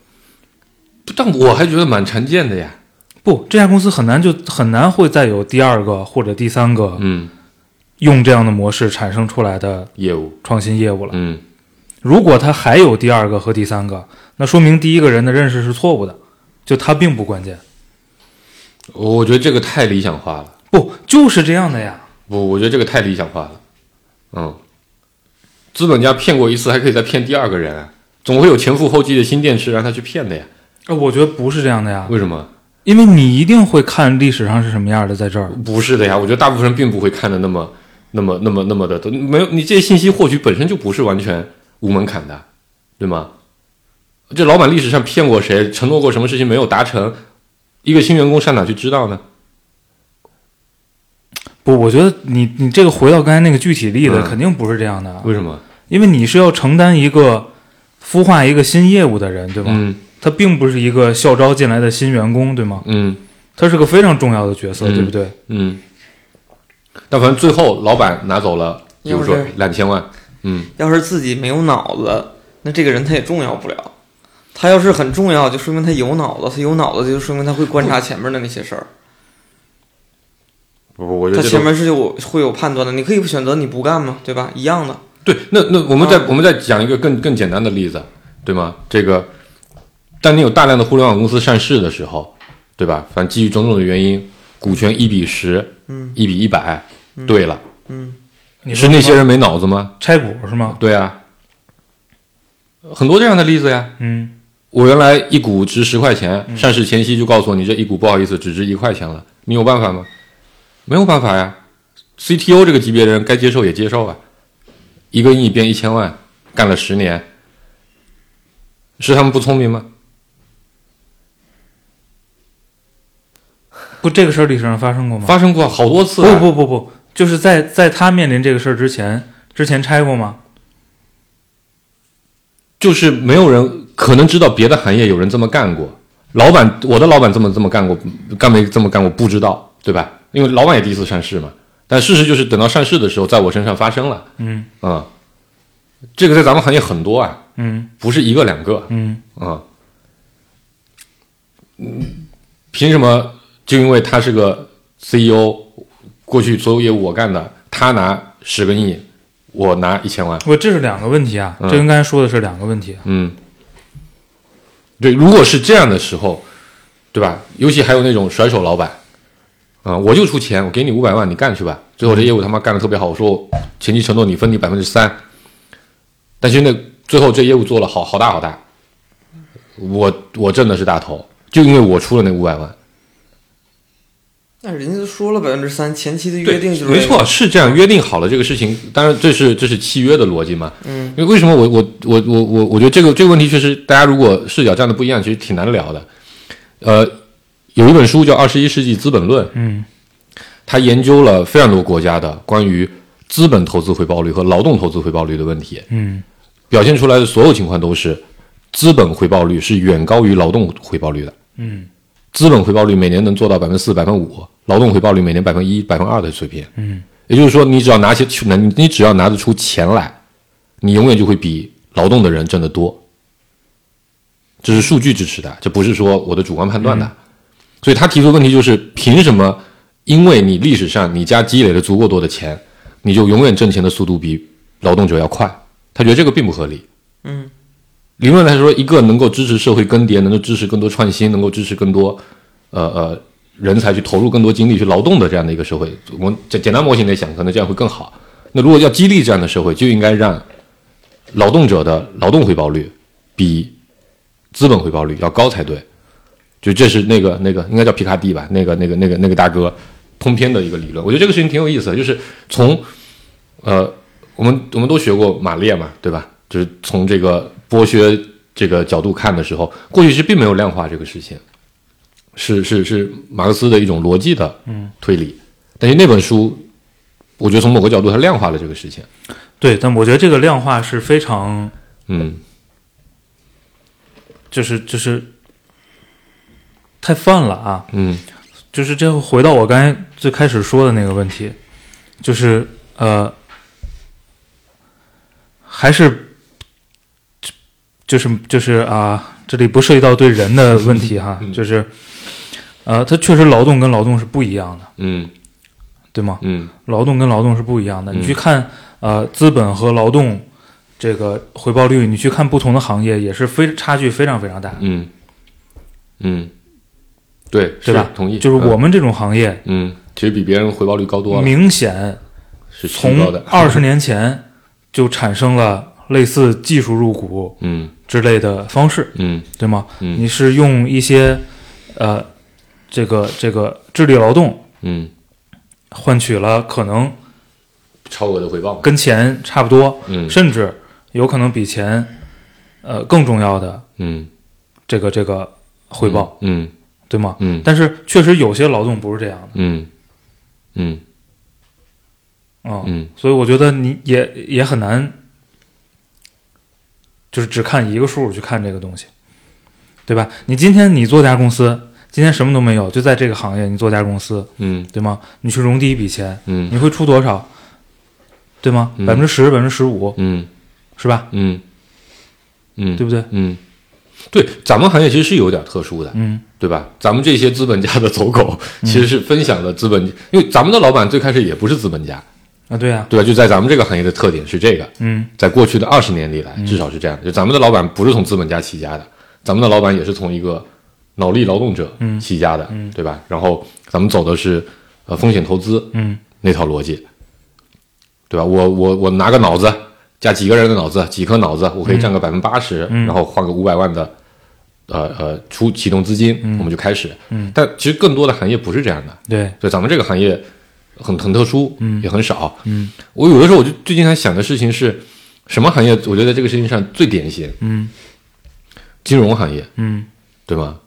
[SPEAKER 4] 但我还觉得蛮常见的呀。
[SPEAKER 3] 不，这家公司很难就很难会再有第二个或者第三个
[SPEAKER 4] 嗯，
[SPEAKER 3] 用这样的模式产生出来的
[SPEAKER 4] 业务，
[SPEAKER 3] 创新业务了。
[SPEAKER 4] 嗯
[SPEAKER 3] 如果他还有第二个和第三个，那说明第一个人的认识是错误的，就他并不关键。
[SPEAKER 4] 我觉得这个太理想化了。
[SPEAKER 3] 不，就是这样的呀。
[SPEAKER 4] 不，我觉得这个太理想化了。嗯，资本家骗过一次，还可以再骗第二个人啊，总会有前赴后继的新电池让他去骗的呀。
[SPEAKER 3] 呃，我觉得不是这样的呀，
[SPEAKER 4] 为什么？
[SPEAKER 3] 因为你一定会看历史上是什么样的，在这儿。
[SPEAKER 4] 不是的呀，我觉得大部分人并不会看的那么、那么、那么、那么的，都没有。你这些信息获取本身就不是完全无门槛的，对吗？这老板历史上骗过谁，承诺过什么事情没有达成，一个新员工上哪去知道呢？
[SPEAKER 3] 不，我觉得你你这个回到刚才那个具体例子，
[SPEAKER 4] 嗯
[SPEAKER 3] 肯定不是这样的，
[SPEAKER 4] 为什么？
[SPEAKER 3] 因为你是要承担一个孵化一个新业务的人，对吧？
[SPEAKER 4] 嗯
[SPEAKER 3] 他并不是一个校招进来的新员工，对吗？
[SPEAKER 4] 嗯
[SPEAKER 3] 他是个非常重要的角色，
[SPEAKER 4] 嗯
[SPEAKER 3] 对不对？
[SPEAKER 4] 嗯。但反正最后老板拿走了，比如说
[SPEAKER 2] 又是
[SPEAKER 4] 两千万，嗯，
[SPEAKER 2] 要是自己没有脑子，那这个人他也重要不了。他要是很重要，就说明他有脑子；他有脑子，就说明他会观察前面的那些事儿。
[SPEAKER 4] 不不，我觉
[SPEAKER 2] 他
[SPEAKER 4] 得这
[SPEAKER 2] 前
[SPEAKER 4] 种
[SPEAKER 2] 面是有会有判断的。你可以选择你不干嘛，对吧？一样的。
[SPEAKER 4] 对，那那我们再、
[SPEAKER 2] 嗯
[SPEAKER 4] 我们再讲一个更更简单的例子，对吗？这个，当你有大量的互联网公司上市的时候，对吧？反正基于种种的原因，股权一比十，
[SPEAKER 2] 嗯，
[SPEAKER 4] 一比一百，对了，
[SPEAKER 2] 嗯，
[SPEAKER 3] 你
[SPEAKER 4] 是
[SPEAKER 3] 说
[SPEAKER 4] 那些人没脑子吗？
[SPEAKER 3] 拆股是吗？
[SPEAKER 4] 对啊，很多这样的例子呀。
[SPEAKER 3] 嗯，
[SPEAKER 4] 我原来一股值十块钱，上市前夕就告诉我你这一股不好意思只值一块钱了，你有办法吗？没有办法呀，CTO 这个级别的人该接受也接受啊，一个亿变一千万，干了十年，是他们不聪明吗？
[SPEAKER 3] 不，这个事儿历史上发生过吗？
[SPEAKER 4] 发生过好多次、
[SPEAKER 3] 不
[SPEAKER 4] 啊，
[SPEAKER 3] 不不不，就是在在他面临这个事儿之前，之前拆过吗？
[SPEAKER 4] 就是没有人可能知道别的行业有人这么干过，老板我的老板这么这么干过，干没这么干过不知道，对吧？因为老板也第一次上市嘛。但事实就是，等到上市的时候，在我身上发生了。
[SPEAKER 3] 嗯
[SPEAKER 4] 嗯，这个在咱们行业很多啊，
[SPEAKER 3] 嗯
[SPEAKER 4] 不是一个两个
[SPEAKER 3] 嗯，
[SPEAKER 4] 啊。嗯，凭什么就因为他是个 CEO，过去所有业务我干的，他拿十个亿，我拿一千万？
[SPEAKER 3] 我这是两个问题啊，
[SPEAKER 4] 嗯
[SPEAKER 3] 这跟刚才说的是两个问题啊。
[SPEAKER 4] 嗯，对，如果是这样的时候，对吧？尤其还有那种甩手老板，啊、我就出钱，我给你五百万，你干去吧。最后这业务他妈干的特别好，我说我前期承诺你分你百分之三，但是那最后这业务做了好好大好大，我我挣的是大头，就因为我出了那五百万。
[SPEAKER 2] 那人家都说了百分之三，前期的约定就是
[SPEAKER 4] 没错，，是这样约定好了这个事情，当然这是这是契约的逻辑嘛。
[SPEAKER 2] 嗯，
[SPEAKER 4] 因为为什么我我我我我我觉得这个这个问题确实大家如果视角站的不一样，其实挺难聊的。呃，有一本书叫《二十一世纪资本论》，
[SPEAKER 3] 嗯
[SPEAKER 4] 它研究了非常多国家的关于资本投资回报率和劳动投资回报率的问题，
[SPEAKER 3] 嗯
[SPEAKER 4] 表现出来的所有情况都是资本回报率是远高于劳动回报率的。
[SPEAKER 3] 嗯
[SPEAKER 4] 资本回报率每年能做到百分之四、百分之五，劳动回报率每年百分之一、百分之二的水平。
[SPEAKER 3] 嗯，
[SPEAKER 4] 也就是说，你只要拿起去拿，你只要拿得出钱来，你永远就会比劳动的人挣得多。这是数据支持的，这不是说我的主观判断的。所以他提出的问题就是：凭什么？因为你历史上你家积累了足够多的钱，你就永远挣钱的速度比劳动者要快？他觉得这个并不合理。
[SPEAKER 2] 嗯，
[SPEAKER 4] 理论来说，一个能够支持社会更迭、能够支持更多创新、能够支持更多呃呃人才去投入更多精力去劳动的这样的一个社会，我们简简单模型来想，可能这样会更好。那如果要激励这样的社会，就应该让劳动者的劳动回报率比资本回报率要高才对。就这是那个那个应该叫皮卡蒂吧，那个那个那个那个大哥通篇的一个理论。我觉得这个事情挺有意思的，就是从呃我们我们都学过马列嘛，对吧？就是从这个剥削这个角度看的时候，过去是并没有量化这个事情，是是是马克思的一种逻辑的推理。但是那本书，我觉得从某个角度它量化了这个事情。
[SPEAKER 3] 对，但我觉得这个量化是非常，
[SPEAKER 4] 嗯
[SPEAKER 3] 就是就是太泛了啊。
[SPEAKER 4] 嗯
[SPEAKER 3] 就是这回到我刚才最开始说的那个问题，就是呃，还是就是就是啊，这里不涉及到对人的问题哈，*laughs*
[SPEAKER 4] 嗯
[SPEAKER 3] 就是呃，它确实劳动跟劳动是不一样的，
[SPEAKER 4] 嗯
[SPEAKER 3] 对吗？
[SPEAKER 4] 嗯
[SPEAKER 3] 劳动跟劳动是不一样的。
[SPEAKER 4] 嗯
[SPEAKER 3] 你去看呃资本和劳动这个回报率，你去看不同的行业也是非差距非常非常大，
[SPEAKER 4] 嗯嗯，对
[SPEAKER 3] 对吧
[SPEAKER 4] 是同意，
[SPEAKER 3] 就是我
[SPEAKER 4] 嗯
[SPEAKER 3] 们这种行业
[SPEAKER 4] 嗯，其实比别人回报率高多了，
[SPEAKER 3] 明显
[SPEAKER 4] 是挺高
[SPEAKER 3] 从
[SPEAKER 4] 的。
[SPEAKER 3] 二十年前就产生了类似技术入股
[SPEAKER 4] 嗯
[SPEAKER 3] 之类的方式，
[SPEAKER 4] 嗯
[SPEAKER 3] 对吗？
[SPEAKER 4] 嗯
[SPEAKER 3] 你是用一些呃这个这个智力劳动
[SPEAKER 4] 嗯，
[SPEAKER 3] 换取了可能
[SPEAKER 4] 超额的回报嘛。
[SPEAKER 3] 跟钱差不多，
[SPEAKER 4] 嗯
[SPEAKER 3] 甚至有可能比钱呃更重要的
[SPEAKER 4] 嗯，
[SPEAKER 3] 这个这个回报，
[SPEAKER 4] 嗯，
[SPEAKER 3] 对吗？
[SPEAKER 4] 嗯嗯
[SPEAKER 3] 但是确实有些劳动不是这样的，
[SPEAKER 4] 嗯嗯
[SPEAKER 3] 嗯，
[SPEAKER 4] 嗯
[SPEAKER 3] 所以我觉得你也也很难，就是只看一个数去看这个东西，对吧？你今天你做家公司，今天什么都没有，就在这个行业你做家公司，
[SPEAKER 4] 嗯
[SPEAKER 3] 对吗？你去融第一笔钱，
[SPEAKER 4] 嗯
[SPEAKER 3] 你会出多少？对吗？
[SPEAKER 4] 嗯
[SPEAKER 3] 百分之十、百分之十五，
[SPEAKER 4] 嗯
[SPEAKER 3] 是吧？
[SPEAKER 4] 嗯嗯，
[SPEAKER 3] 对不对？
[SPEAKER 4] 嗯，对，咱们行业其实是有点特殊的，
[SPEAKER 3] 嗯，
[SPEAKER 4] 对吧？咱们这些资本家的走狗，其实是分享了资本，因为咱们的老板最开始也不是资本家，
[SPEAKER 3] 啊，对啊，
[SPEAKER 4] 对吧？就在咱们这个行业的特点是这个，
[SPEAKER 3] 嗯，
[SPEAKER 4] 在过去的二十年里来，至少是这样的。就咱们的老板不是从资本家起家的，咱们的老板也是从一个脑力劳动者起家的，对吧？然后咱们走的是呃风险投资，
[SPEAKER 3] 嗯，
[SPEAKER 4] 那套逻辑，对吧？我我我拿个脑子加几个人的脑子，几颗脑子，我可以占个百分之八十，然后换个五百万的。呃呃，出启动资金，我们就开始。嗯，但其实更多的行业不是这样的，
[SPEAKER 3] 对，
[SPEAKER 4] 对，咱们这个行业很很特殊，嗯，也很少，嗯。我有的时候我就最近还想的事情是，什么行业？我觉得在这个事情上最典型，
[SPEAKER 3] 嗯，
[SPEAKER 4] 金融行业，
[SPEAKER 3] 嗯，
[SPEAKER 4] 对吗？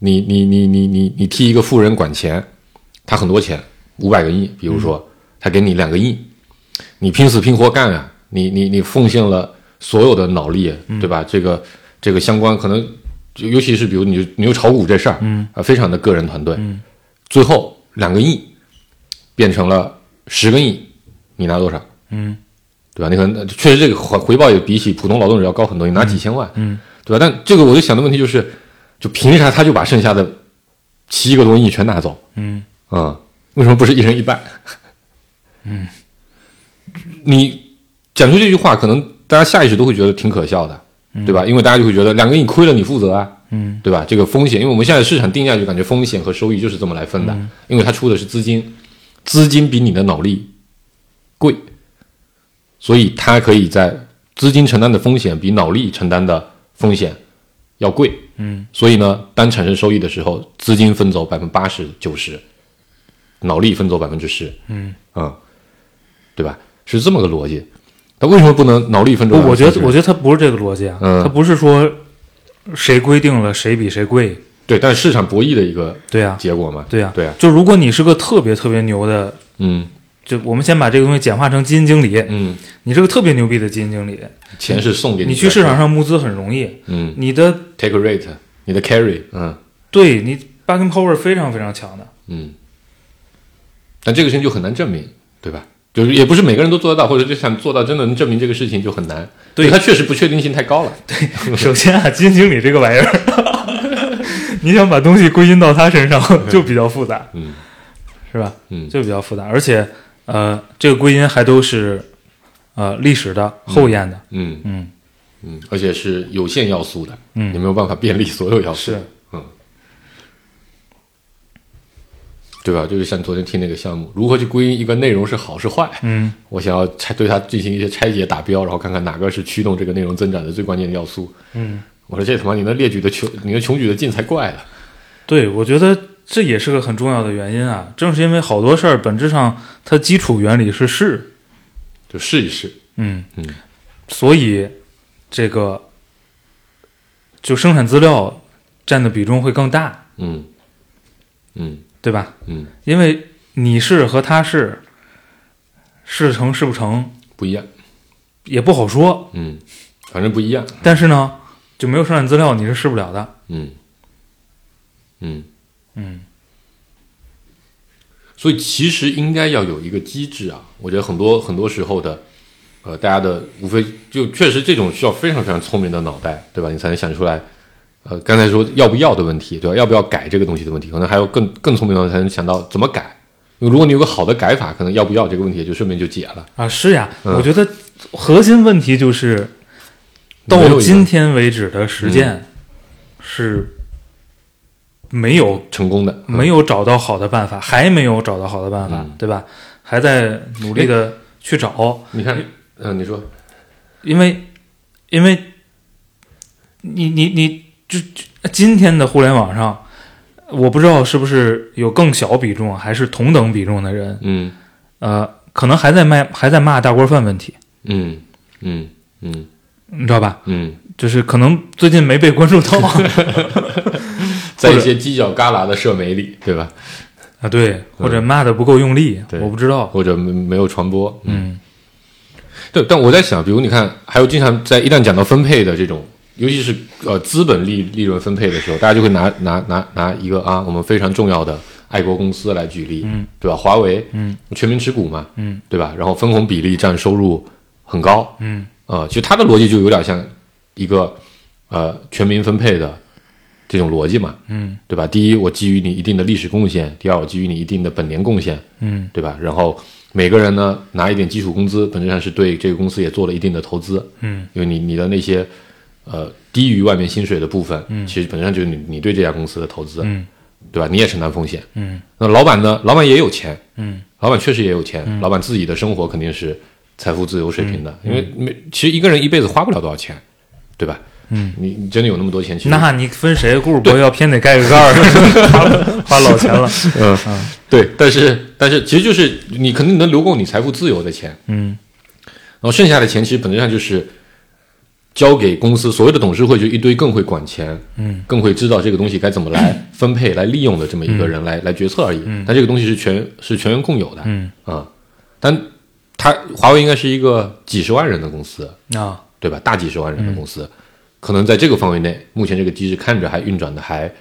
[SPEAKER 4] 你你你你你你替一个富人管钱，他很多钱，五百个亿，比如说、他给你两个亿，你拼死拼活干啊，你你你奉献了所有的脑力，对吧？这个这个相关可能，就尤其是比如你就你就炒股这事儿，嗯，啊，非常的个人团队，嗯，最后两个亿变成了十个亿，你拿多少？
[SPEAKER 3] 嗯，
[SPEAKER 4] 对吧？你可能确实这个回回报也比起普通劳动者要高很多，你拿几千万，
[SPEAKER 3] 嗯，
[SPEAKER 4] 对吧？但这个我就想的问题就是，就凭啥他就把剩下的七个多亿全拿走？
[SPEAKER 3] 嗯，
[SPEAKER 4] 嗯，为什么不是一人一半？嗯，你讲出这句话，可能大家下意识都会觉得挺可笑的，对吧？因为大家就会觉得两个你亏了你负责啊，
[SPEAKER 3] 嗯，
[SPEAKER 4] 对吧？这个风险，因为我们现在市场定价就感觉风险和收益就是这么来分的，
[SPEAKER 3] 嗯
[SPEAKER 4] 因为它出的是资金，资金比你的脑力贵，所以它可以在资金承担的风险比脑力承担的风险要贵。
[SPEAKER 3] 嗯，
[SPEAKER 4] 所以呢，当产生收益的时候，资金分走百分之八十九十，脑力分走百分之十。
[SPEAKER 3] 嗯
[SPEAKER 4] 对吧？是这么个逻辑。那为什么不能脑力分走
[SPEAKER 3] 不
[SPEAKER 4] 90%？
[SPEAKER 3] 我觉得，我觉得它不是这个逻辑啊，
[SPEAKER 4] 嗯
[SPEAKER 3] 它不是说谁规定了谁比谁贵，
[SPEAKER 4] 对，但是市场博弈的一个
[SPEAKER 3] 对啊，
[SPEAKER 4] 结果嘛。
[SPEAKER 3] 对啊，
[SPEAKER 4] 对啊，
[SPEAKER 3] 就如果你是个特别特别牛的，
[SPEAKER 4] 嗯
[SPEAKER 3] 就我们先把这个东西简化成基金经理，
[SPEAKER 4] 嗯，
[SPEAKER 3] 你是个特别牛逼的基金经理，
[SPEAKER 4] 钱是送给
[SPEAKER 3] 你
[SPEAKER 4] 你
[SPEAKER 3] 去市场，上募资很容易，
[SPEAKER 4] 嗯
[SPEAKER 3] 你的
[SPEAKER 4] ，take rate，你的 carry，嗯
[SPEAKER 3] 对你 backing power 非常非常强的，
[SPEAKER 4] 嗯，但这个事情就很难证明，对吧？就是也不是每个人都做得到，或者就想做到真的能证明这个事情就很难。
[SPEAKER 3] 对
[SPEAKER 4] 因为它确实不确定性太高了。
[SPEAKER 3] 首先啊，基金经理这个玩意儿， *laughs* 你想把东西归因到他身上就比较复杂，
[SPEAKER 4] 嗯
[SPEAKER 3] 是吧？
[SPEAKER 4] 嗯
[SPEAKER 3] 就比较复杂，而且呃，这个归因还都是呃历史的后验的，
[SPEAKER 4] 嗯
[SPEAKER 3] 嗯
[SPEAKER 4] 嗯，而且是有限要素的，
[SPEAKER 3] 嗯
[SPEAKER 4] 你没有办法便利所有要素。
[SPEAKER 3] 是，
[SPEAKER 4] 嗯，对吧？就是像昨天听那个项目，如何去归因一个内容是好是坏，
[SPEAKER 3] 嗯
[SPEAKER 4] *laughs* 我想要拆对它进行一些拆解打标，然后看看哪个是驱动这个内容增长的最关键的要素。
[SPEAKER 3] 嗯，
[SPEAKER 4] 我说这他妈你能列举的穷，你能穷举的尽才怪了。
[SPEAKER 3] 对，我觉得这也是个很重要的原因啊。正是因为好多事儿本质上它基础原理是是，
[SPEAKER 4] 就试一试。
[SPEAKER 3] 嗯
[SPEAKER 4] 嗯，
[SPEAKER 3] 所以这个就生产资料占的比重会更大，
[SPEAKER 4] 嗯，嗯
[SPEAKER 3] 对吧？
[SPEAKER 4] 嗯，
[SPEAKER 3] 因为你是和他是，是成是不成
[SPEAKER 4] 不一样。
[SPEAKER 3] 也不好说，
[SPEAKER 4] 嗯，反正不一样。
[SPEAKER 3] 但是呢，就没有生产资料你是试不了的。
[SPEAKER 4] 嗯，嗯
[SPEAKER 3] 嗯，
[SPEAKER 4] 所以其实应该要有一个机制啊，我觉得很多很多时候的，呃，大家的无非就确实这种需要非常非常聪明的脑袋，对吧？你才能想出来。呃，刚才说要不要的问题，对吧？要不要改这个东西的问题，可能还有更更聪明的人才能想到怎么改。因为如果你有个好的改法，可能要不要这个问题也就顺便就解了。
[SPEAKER 3] 啊，是呀，
[SPEAKER 4] 嗯
[SPEAKER 3] 我觉得核心问题就是
[SPEAKER 4] 没有一
[SPEAKER 3] 到
[SPEAKER 4] 个嗯
[SPEAKER 3] 今天为止的实践是没有、
[SPEAKER 4] 成功的
[SPEAKER 3] 没有找到好的办法，还没有找到好的办法，
[SPEAKER 4] 嗯
[SPEAKER 3] 对吧？还在努力的去找，
[SPEAKER 4] 嗯你看，嗯、你说，
[SPEAKER 3] 因为因为你你你就就今天的互联网上，我不知道是不是有更小比重还是同等比重的人，
[SPEAKER 4] 嗯
[SPEAKER 3] 呃，可能还在卖还在骂大锅饭问题。
[SPEAKER 4] 嗯嗯嗯
[SPEAKER 3] 你知道吧？
[SPEAKER 4] 嗯，
[SPEAKER 3] 就是可能最近没被关注
[SPEAKER 4] *laughs*
[SPEAKER 3] 到
[SPEAKER 4] 在一些犄角旮旯的社媒里，对吧？
[SPEAKER 3] 啊，对，或者骂的不够用力，
[SPEAKER 4] 对
[SPEAKER 3] 我不知道。
[SPEAKER 4] 或者没没有传播，
[SPEAKER 3] 嗯，
[SPEAKER 4] 对，但我在想，比如你看，还有经常在一旦讲到分配的这种，尤其是呃资本利利润分配的时候，大家就会拿拿拿拿一个啊，我们非常重要的爱国公司来举例，嗯，对吧？华为，嗯，全民持股嘛，
[SPEAKER 3] 嗯，
[SPEAKER 4] 对吧？然后分红比例占收入很高，
[SPEAKER 3] 嗯，
[SPEAKER 4] 啊，其实它的逻辑就有点像一个呃全民分配的这种逻辑嘛，
[SPEAKER 3] 嗯，
[SPEAKER 4] 对吧？第一，我基于你一定的历史贡献；第二，我基于你一定的本年贡献，
[SPEAKER 3] 嗯，
[SPEAKER 4] 对吧？然后每个人呢拿一点基础工资，本质上是对这个公司也做了一定的投资，
[SPEAKER 3] 嗯，
[SPEAKER 4] 因为你你的那些呃低于外面薪水的部分，嗯，其实本质上就是你你对这家公司的投资，
[SPEAKER 3] 嗯，
[SPEAKER 4] 对吧？你也承担风险，
[SPEAKER 3] 嗯，
[SPEAKER 4] 那老板呢？老板也有钱，
[SPEAKER 3] 嗯，
[SPEAKER 4] 老板确实也有钱，老板自己的生活肯定是财富自由水平
[SPEAKER 3] 嗯
[SPEAKER 4] 的，因为没其实一个人一辈子花不了多少钱，对吧？
[SPEAKER 3] 嗯，
[SPEAKER 4] 你你真的有那么多钱？其实
[SPEAKER 3] 那你分谁？顾主播要偏得盖个盖
[SPEAKER 4] *laughs*
[SPEAKER 3] 儿，花花老钱了。
[SPEAKER 4] 对，但是但是其实就是你肯定能留够你财富自由的钱，
[SPEAKER 3] 嗯
[SPEAKER 4] 然后剩下的钱其实本质上就是交给公司所谓的董事会，就一堆更会管钱，
[SPEAKER 3] 嗯，
[SPEAKER 4] 更会知道这个东西该怎么
[SPEAKER 3] *clears throat*
[SPEAKER 4] 来分配、来利用的这么一个人来、来决策而已。嗯，但这个东西是全是全员共有的，
[SPEAKER 3] 嗯
[SPEAKER 4] 啊、但它华为应该是一个几十万人的公司，
[SPEAKER 3] 啊，
[SPEAKER 4] 对吧？大几十万人的
[SPEAKER 3] 嗯
[SPEAKER 4] 公司，可能在这个范围内，目前这个机制看着还运转的还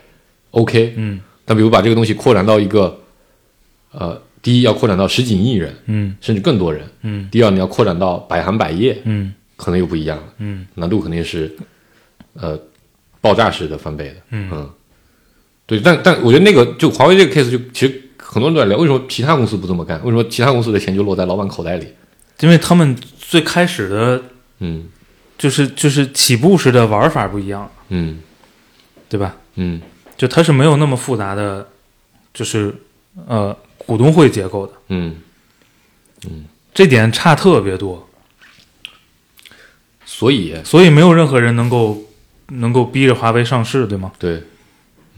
[SPEAKER 4] OK。
[SPEAKER 3] 嗯，
[SPEAKER 4] 但比如把这个东西扩展到一个，呃，第一要扩展到十几亿人，
[SPEAKER 3] 嗯
[SPEAKER 4] 甚至更多人；
[SPEAKER 3] 嗯
[SPEAKER 4] 第二你要扩展到百行百业，
[SPEAKER 3] 嗯
[SPEAKER 4] 可能又不一样了，
[SPEAKER 3] 嗯
[SPEAKER 4] 难度肯定是呃爆炸式的翻倍的，
[SPEAKER 3] 嗯
[SPEAKER 4] 对，但但我觉得那个就华为这个 case 就其实很多人都在聊，为什么其他公司不这么干？为什么其他公司的钱就落在老板口袋里？
[SPEAKER 3] 因为他们最开始的
[SPEAKER 4] 嗯
[SPEAKER 3] 就是就是起步时的玩法不一样，
[SPEAKER 4] 嗯
[SPEAKER 3] 对吧？
[SPEAKER 4] 嗯
[SPEAKER 3] 就它是没有那么复杂的，就是呃股东会结构的，
[SPEAKER 4] 嗯，
[SPEAKER 3] 这点差特别多，
[SPEAKER 4] 所以
[SPEAKER 3] 所以没有任何人能够能够逼着华为上市，对吗？
[SPEAKER 4] 对，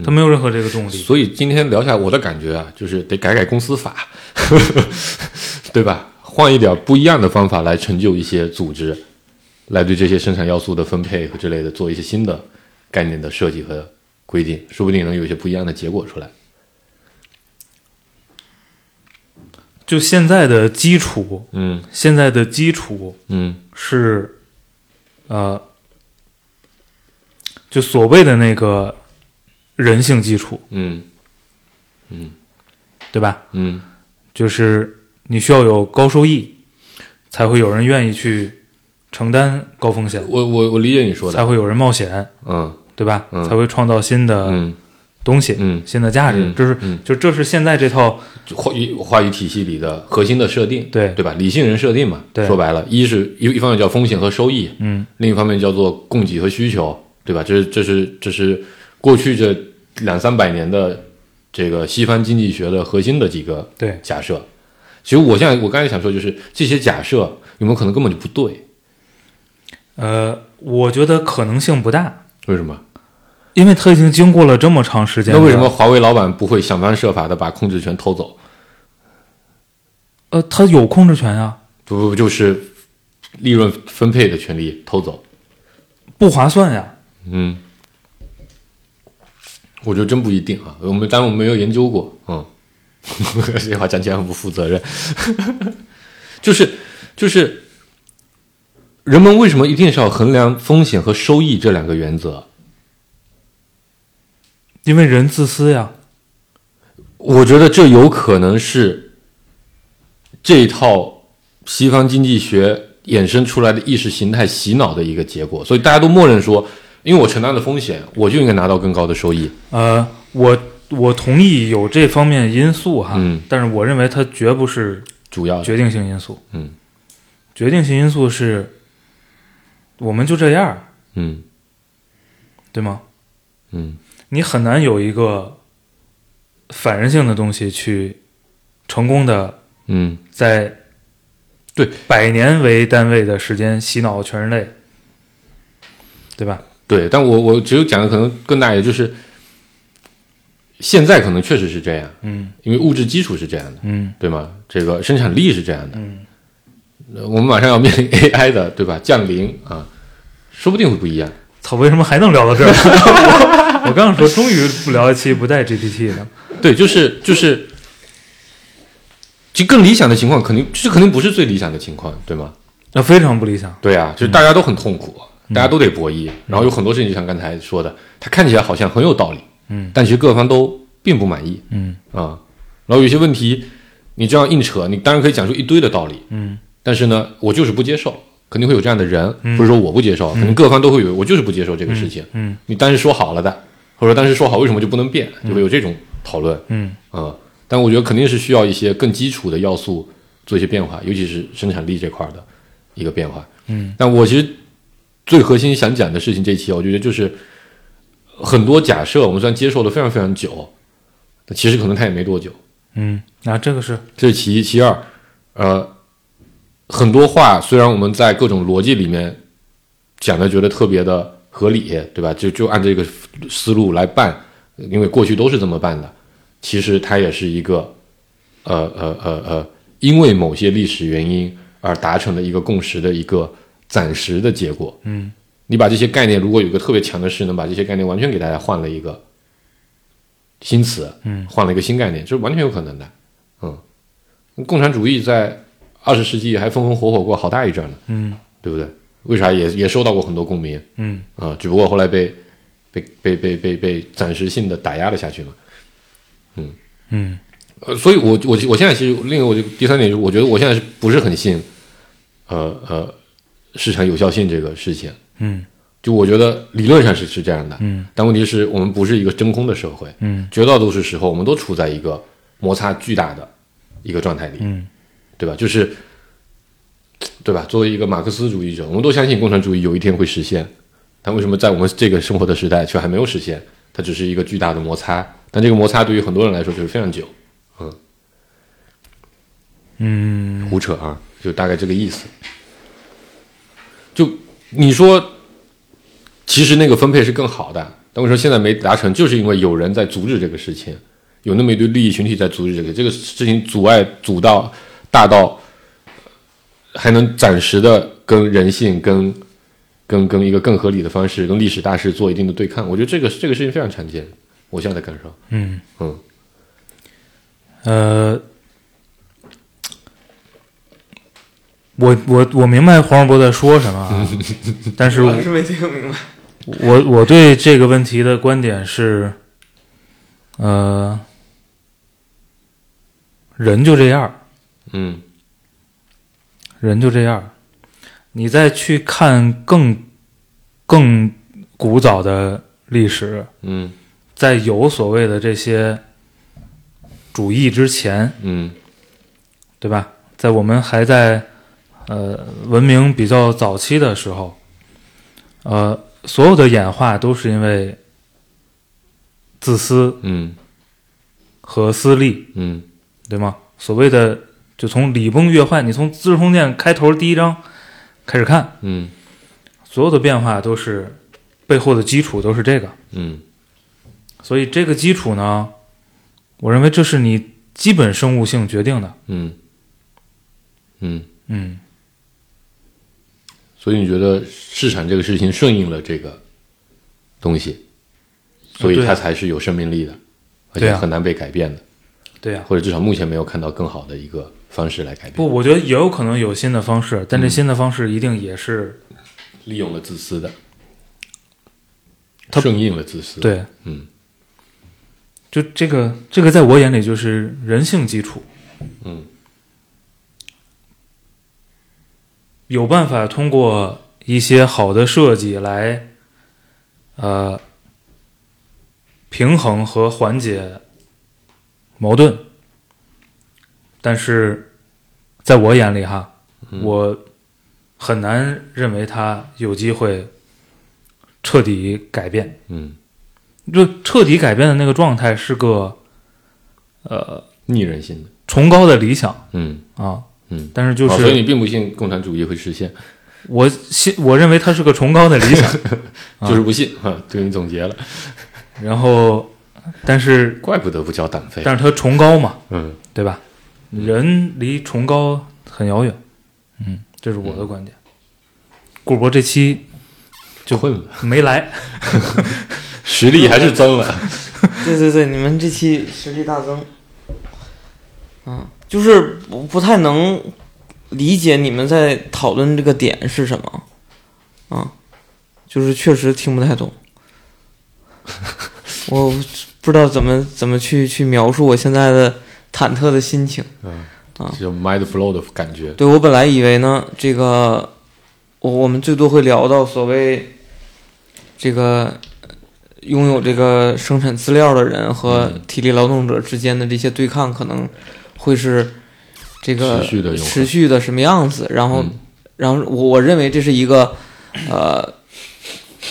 [SPEAKER 3] 他没有任何这个动力。
[SPEAKER 4] 所以今天聊下来，我的感觉啊，就是得改改公司法， *laughs* 对吧？换一点不一样的方法来成就一些组织，来对这些生产要素的分配和之类的做一些新的概念的设计和规定，说不定能有一些不一样的结果出来。
[SPEAKER 3] 就现在的基础，
[SPEAKER 4] 嗯
[SPEAKER 3] 现在的基础
[SPEAKER 4] 嗯
[SPEAKER 3] 是，呃，就所谓的那个人性基础，
[SPEAKER 4] 嗯
[SPEAKER 3] 对吧？
[SPEAKER 4] 嗯
[SPEAKER 3] 就是你需要有高收益，才会有人愿意去承担高风险，
[SPEAKER 4] 我我我理解你说
[SPEAKER 3] 才
[SPEAKER 4] 的，
[SPEAKER 3] 会有人冒险，
[SPEAKER 4] 嗯
[SPEAKER 3] 对吧？
[SPEAKER 4] 嗯
[SPEAKER 3] 才会创造新的
[SPEAKER 4] 嗯
[SPEAKER 3] 东西，
[SPEAKER 4] 嗯
[SPEAKER 3] 新的价值。
[SPEAKER 4] 嗯
[SPEAKER 3] 这是、
[SPEAKER 4] 嗯
[SPEAKER 3] 就这是现在这套
[SPEAKER 4] 话语话语体系里的核心的设定，
[SPEAKER 3] 对
[SPEAKER 4] 对吧？理性人设定嘛，
[SPEAKER 3] 对
[SPEAKER 4] 说白了，一是一一方面叫风险和收益，
[SPEAKER 3] 嗯，
[SPEAKER 4] 另一方面叫做供给和需求，对吧？这是这是这是过去这两三百年的这个西方经济学的核心的几个
[SPEAKER 3] 对
[SPEAKER 4] 假设。其实我现在我刚才想说，就是这些假设有没有可能根本就不对？
[SPEAKER 3] 呃，我觉得可能性不大，
[SPEAKER 4] 为什么？
[SPEAKER 3] 因为它已经经过了这么长时间的。
[SPEAKER 4] 那为什么华为老板不会想方设法的把控制权偷走？
[SPEAKER 3] 呃，它有控制权呀、
[SPEAKER 4] 不不不，就是利润分配的权利偷走？
[SPEAKER 3] 不划算呀、
[SPEAKER 4] 嗯，我觉得真不一定啊。我们当然我们没有研究过，嗯， *laughs* 这话讲起来很不负责任。 *laughs* 就是就是，人们为什么一定是要衡量风险和收益这两个原则？
[SPEAKER 3] 因为人自私呀。
[SPEAKER 4] 我觉得这有可能是这一套西方经济学衍生出来的意识形态洗脑的一个结果，所以大家都默认说，因为我承担了风险，我就应该拿到更高的收益。
[SPEAKER 3] 呃，我我同意有这方面因素哈，
[SPEAKER 4] 嗯
[SPEAKER 3] 但是我认为它绝不是
[SPEAKER 4] 主要的
[SPEAKER 3] 决定性因素。
[SPEAKER 4] 嗯，
[SPEAKER 3] 决定性因素是，我们就这样儿，
[SPEAKER 4] 嗯
[SPEAKER 3] 对吗？
[SPEAKER 4] 嗯
[SPEAKER 3] 你很难有一个反人性的东西去成功的
[SPEAKER 4] 嗯，
[SPEAKER 3] 在
[SPEAKER 4] 对
[SPEAKER 3] 百年为单位的时间洗脑全人类，对吧？
[SPEAKER 4] 对，但我我只有讲的可能更大一点，就是现在可能确实是这样，
[SPEAKER 3] 嗯
[SPEAKER 4] 因为物质基础是这样的，
[SPEAKER 3] 嗯
[SPEAKER 4] 对吗？这个生产力是这样的，嗯，我们马上要面临 AI 的，对吧？降临啊，说不定会不一样。
[SPEAKER 3] 操，为什么还能聊到这儿？ *laughs* 我我刚想说，终于不聊一期不带 GPT 的。
[SPEAKER 4] 对，就是就是，就更理想的情况，肯定这肯定不是最理想的情况，对吗？
[SPEAKER 3] 那非常不理想，
[SPEAKER 4] 对啊，就是大家都很痛苦，
[SPEAKER 3] 嗯
[SPEAKER 4] 大家都得博弈，然后有很多事情，就像刚才说的，它看起来好像很有道理，
[SPEAKER 3] 嗯，
[SPEAKER 4] 但其实各方都并不满意，
[SPEAKER 3] 嗯
[SPEAKER 4] 啊，然后有些问题你这样硬扯，你当然可以讲出一堆的道理，
[SPEAKER 3] 嗯，
[SPEAKER 4] 但是呢，我就是不接受，肯定会有这样的人，
[SPEAKER 3] 嗯
[SPEAKER 4] 不是说我不接受，肯定各方都会有，我就是不接受这个事情，
[SPEAKER 3] 嗯
[SPEAKER 4] 你当时说好了的，或者当时说好为什么就不能变，就会有这种讨论，
[SPEAKER 3] 嗯
[SPEAKER 4] 啊、但我觉得肯定是需要一些更基础的要素做一些变化，尤其是生产力这块儿的一个变化。
[SPEAKER 3] 嗯，
[SPEAKER 4] 但我其实最核心想讲的事情，这一期我觉得就是很多假设，我们虽然接受了非常非常久，但其实可能它也没多久。
[SPEAKER 3] 嗯，啊，这个是
[SPEAKER 4] 这是其一，其二，呃，很多话虽然我们在各种逻辑里面讲的觉得特别的合理，对吧？就就按这个思路来办，因为过去都是这么办的。其实它也是一个，呃呃呃呃，因为某些历史原因而达成的一个共识的一个暂时的结果。
[SPEAKER 3] 嗯，
[SPEAKER 4] 你把这些概念，如果有一个特别强的势能，把这些概念完全给大家换了一个新词，
[SPEAKER 3] 嗯，
[SPEAKER 4] 换了一个新概念，这是完全有可能的。共产主义在二十世纪还风风火火过好大一阵呢，
[SPEAKER 3] 嗯
[SPEAKER 4] 对不对？为啥也也收到过很多共鸣
[SPEAKER 3] 嗯
[SPEAKER 4] 啊、只不过后来被被被被被被暂时性的打压了下去嘛。
[SPEAKER 3] 嗯
[SPEAKER 4] 呃，所以我我我现在其实另一个我就第三点就是，我觉得我现在是不是很信，呃呃，市场有效性这个事情。
[SPEAKER 3] 嗯
[SPEAKER 4] 就我觉得理论上是是这样的，
[SPEAKER 3] 嗯，
[SPEAKER 4] 但问题是我们不是一个真空的社会，
[SPEAKER 3] 嗯
[SPEAKER 4] 绝大多数时候我们都处在一个摩擦巨大的一个状态里，
[SPEAKER 3] 嗯，
[SPEAKER 4] 对吧？就是，对吧？作为一个马克思主义者，我们都相信共产主义有一天会实现，但为什么在我们这个生活的时代却还没有实现？它只是一个巨大的摩擦，但这个摩擦对于很多人来说就是非常久。
[SPEAKER 3] 嗯
[SPEAKER 4] 胡扯啊，就大概这个意思。就你说，其实那个分配是更好的，但为什么现在没达成？就是因为有人在阻止这个事情，有那么一堆利益群体在阻止这个这个事情，阻碍阻到大到还能暂时的跟人性、跟跟跟一个更合理的方式、跟历史大势做一定的对抗。我觉得这个这个事情非常常见，我现在的感受。
[SPEAKER 3] 嗯
[SPEAKER 4] 嗯
[SPEAKER 3] 呃，我我我明白黄世博在说什么啊，但是
[SPEAKER 2] 我是没听明白。
[SPEAKER 3] 我我对这个问题的观点是，呃，人就这样儿，
[SPEAKER 4] 嗯
[SPEAKER 3] 人就这样儿。你再去看更更古早的历史，
[SPEAKER 4] 嗯
[SPEAKER 3] 在有所谓的这些主义之前，
[SPEAKER 4] 嗯
[SPEAKER 3] 对吧？在我们还在呃文明比较早期的时候，呃，所有的演化都是因为自私
[SPEAKER 4] 嗯
[SPEAKER 3] 和私利，
[SPEAKER 4] 嗯
[SPEAKER 3] 对吗？所谓的就从礼崩乐坏，你从《资治通鉴》开头第一章开始看，
[SPEAKER 4] 嗯
[SPEAKER 3] 所有的变化都是背后的基础都是这个，
[SPEAKER 4] 嗯
[SPEAKER 3] 所以这个基础呢，我认为这是你基本生物性决定的。
[SPEAKER 4] 嗯嗯。
[SPEAKER 3] 嗯，
[SPEAKER 4] 所以你觉得市场这个事情顺应了这个东西，所以
[SPEAKER 3] 对啊
[SPEAKER 4] 它才是有生命力的，而
[SPEAKER 3] 对
[SPEAKER 4] 且
[SPEAKER 3] 啊
[SPEAKER 4] 很难被改变的，
[SPEAKER 3] 对呀、
[SPEAKER 4] 或者至少目前没有看到更好的一个方式来改变。
[SPEAKER 3] 不，我觉得也有可能有新的方式，但这新的方式一定也是、
[SPEAKER 4] 利用了自私的，
[SPEAKER 3] 它
[SPEAKER 4] 顺应了自私。，
[SPEAKER 3] 对，
[SPEAKER 4] 嗯
[SPEAKER 3] 就这个这个在我眼里就是人性基础，
[SPEAKER 4] 嗯
[SPEAKER 3] 有办法通过一些好的设计来，呃，平衡和缓解矛盾，但是在我眼里哈，我很难认为它有机会彻底改变。
[SPEAKER 4] 嗯，
[SPEAKER 3] 就彻底改变的那个状态是个
[SPEAKER 4] 逆人性的，
[SPEAKER 3] 崇高的理想
[SPEAKER 4] 嗯
[SPEAKER 3] 啊，
[SPEAKER 4] 嗯，
[SPEAKER 3] 但是就
[SPEAKER 4] 哦所以
[SPEAKER 3] 是
[SPEAKER 4] 你并不信共产主义会实现，
[SPEAKER 3] 我信，我认为它是个崇高的理
[SPEAKER 4] *laughs*
[SPEAKER 3] 想，啊
[SPEAKER 4] 就是不信啊，对你总结了，
[SPEAKER 3] 然后但是
[SPEAKER 4] 怪不得不交党费。
[SPEAKER 3] 但是它崇高嘛，
[SPEAKER 4] 嗯
[SPEAKER 3] 对吧？人离崇高很遥远，嗯，这是我的观点。顾博这期就
[SPEAKER 4] 困了，
[SPEAKER 3] 没来。
[SPEAKER 4] *laughs* 实力还是增了。
[SPEAKER 3] *laughs*
[SPEAKER 2] 对对对，你们这期实力大增。嗯，就是不不太能理解你们在讨论这个点是什么，啊，就是确实听不太懂。我不知道怎么怎么去去描述我现在的忐忑的心情。
[SPEAKER 4] 嗯
[SPEAKER 2] 啊，
[SPEAKER 4] 这种 mind flow 的感觉。
[SPEAKER 2] 对我本来以为呢，这个我我们最多会聊到所谓这个拥有这个生产资料的人和
[SPEAKER 4] 嗯
[SPEAKER 2] 体力劳动者之间的这些对抗，可能会是这个
[SPEAKER 4] 持续的有可能
[SPEAKER 2] 持续的什么样子。然后，
[SPEAKER 4] 嗯
[SPEAKER 2] 然后我我认为这是一个呃，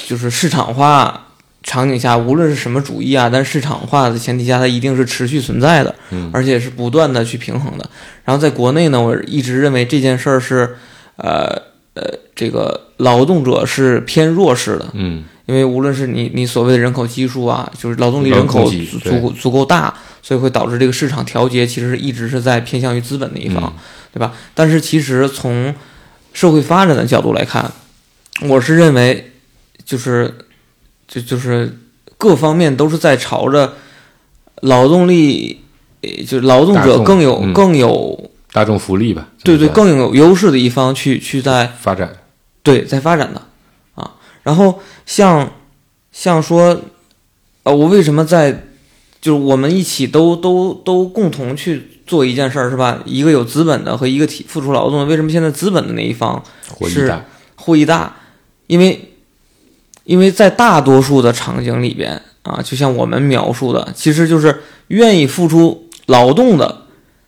[SPEAKER 2] 就是市场化场景下，无论是什么主义啊，但是市场化的前提下，它一定是持续存在的。
[SPEAKER 4] 嗯
[SPEAKER 2] 而且是不断的去平衡的。然后在国内呢，我一直认为这件事儿是，呃呃，这个劳动者是偏弱势的，
[SPEAKER 4] 嗯
[SPEAKER 2] 因为无论是你你所谓的人口基数啊，就是劳动力人
[SPEAKER 4] 劳
[SPEAKER 2] 口
[SPEAKER 4] 动力
[SPEAKER 2] 足
[SPEAKER 4] 对
[SPEAKER 2] 足够足够大，所以会导致这个市场调节其实一直是在偏向于资本的一方。
[SPEAKER 4] 嗯
[SPEAKER 2] 对吧？但是其实从社会发展的角度来看，我是认为，就是就就是各方面都是在朝着劳动力，呃就是劳动
[SPEAKER 4] 大
[SPEAKER 2] 者
[SPEAKER 4] 众
[SPEAKER 2] 更有、
[SPEAKER 4] 嗯
[SPEAKER 2] 更有
[SPEAKER 4] 大众福利吧。
[SPEAKER 2] 对对
[SPEAKER 4] 这么
[SPEAKER 2] 更有优势的一方去去在
[SPEAKER 4] 讲发展。
[SPEAKER 2] 对，在发展的啊。然后像像说，呃，我为什么在就是我们一起都都都共同去做一件事儿是吧？一个有资本的和一个体付出劳动的，为什么现在资本的那一方
[SPEAKER 4] 火
[SPEAKER 2] 是
[SPEAKER 4] 力大。
[SPEAKER 2] 获益大？因为因为在大多数的场景里边啊，就像我们描述的，其实就是愿意付出劳动的。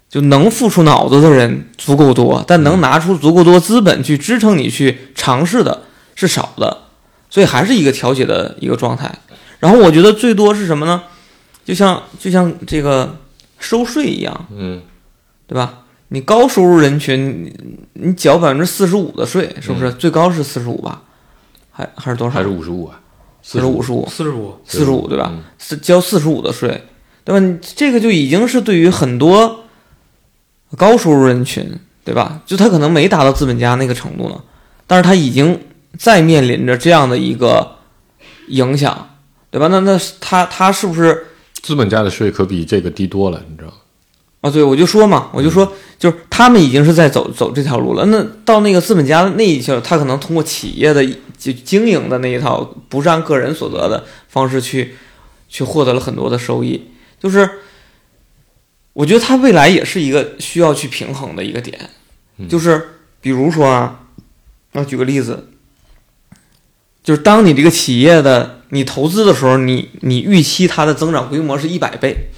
[SPEAKER 2] 就能付出脑子的人足够多，但能拿出足够多资本去支撑你去尝试的是少的，所以还是一个调节的一个状态。然后我觉得最多是什么呢？就像就像这个收税一样，
[SPEAKER 4] 嗯，
[SPEAKER 2] 对吧？你高收入人群，你你缴百分之四十五的税，是不是？最高是四十五吧？还还是多少
[SPEAKER 4] 还是？五十五啊？
[SPEAKER 2] 四
[SPEAKER 4] 四
[SPEAKER 2] 十五，
[SPEAKER 4] 十
[SPEAKER 2] 十五，
[SPEAKER 3] 四十五，
[SPEAKER 2] 四十五，对吧？
[SPEAKER 4] 嗯
[SPEAKER 2] 四交四十五的税，对吧？你这个就已经是对于很多高收入人群，对吧？就他可能没达到资本家那个程度呢，但是他已经在面临着这样的一个影响，对吧？那那他他是不是
[SPEAKER 4] 资本家的税可比这个低多了，你知道吗？
[SPEAKER 2] 啊，对，我就说嘛，我就说，就是他们已经是在走走这条路了。那到那个资本家的那一圈，他可能通过企业的就经营的那一套，不是按个人所得的方式去去获得了很多的收益。就是我觉得他未来也是一个需要去平衡的一个点，就是比如说啊，我举个例子，就是当你这个企业的你投资的时候，你你预期它的增长规模是一百倍。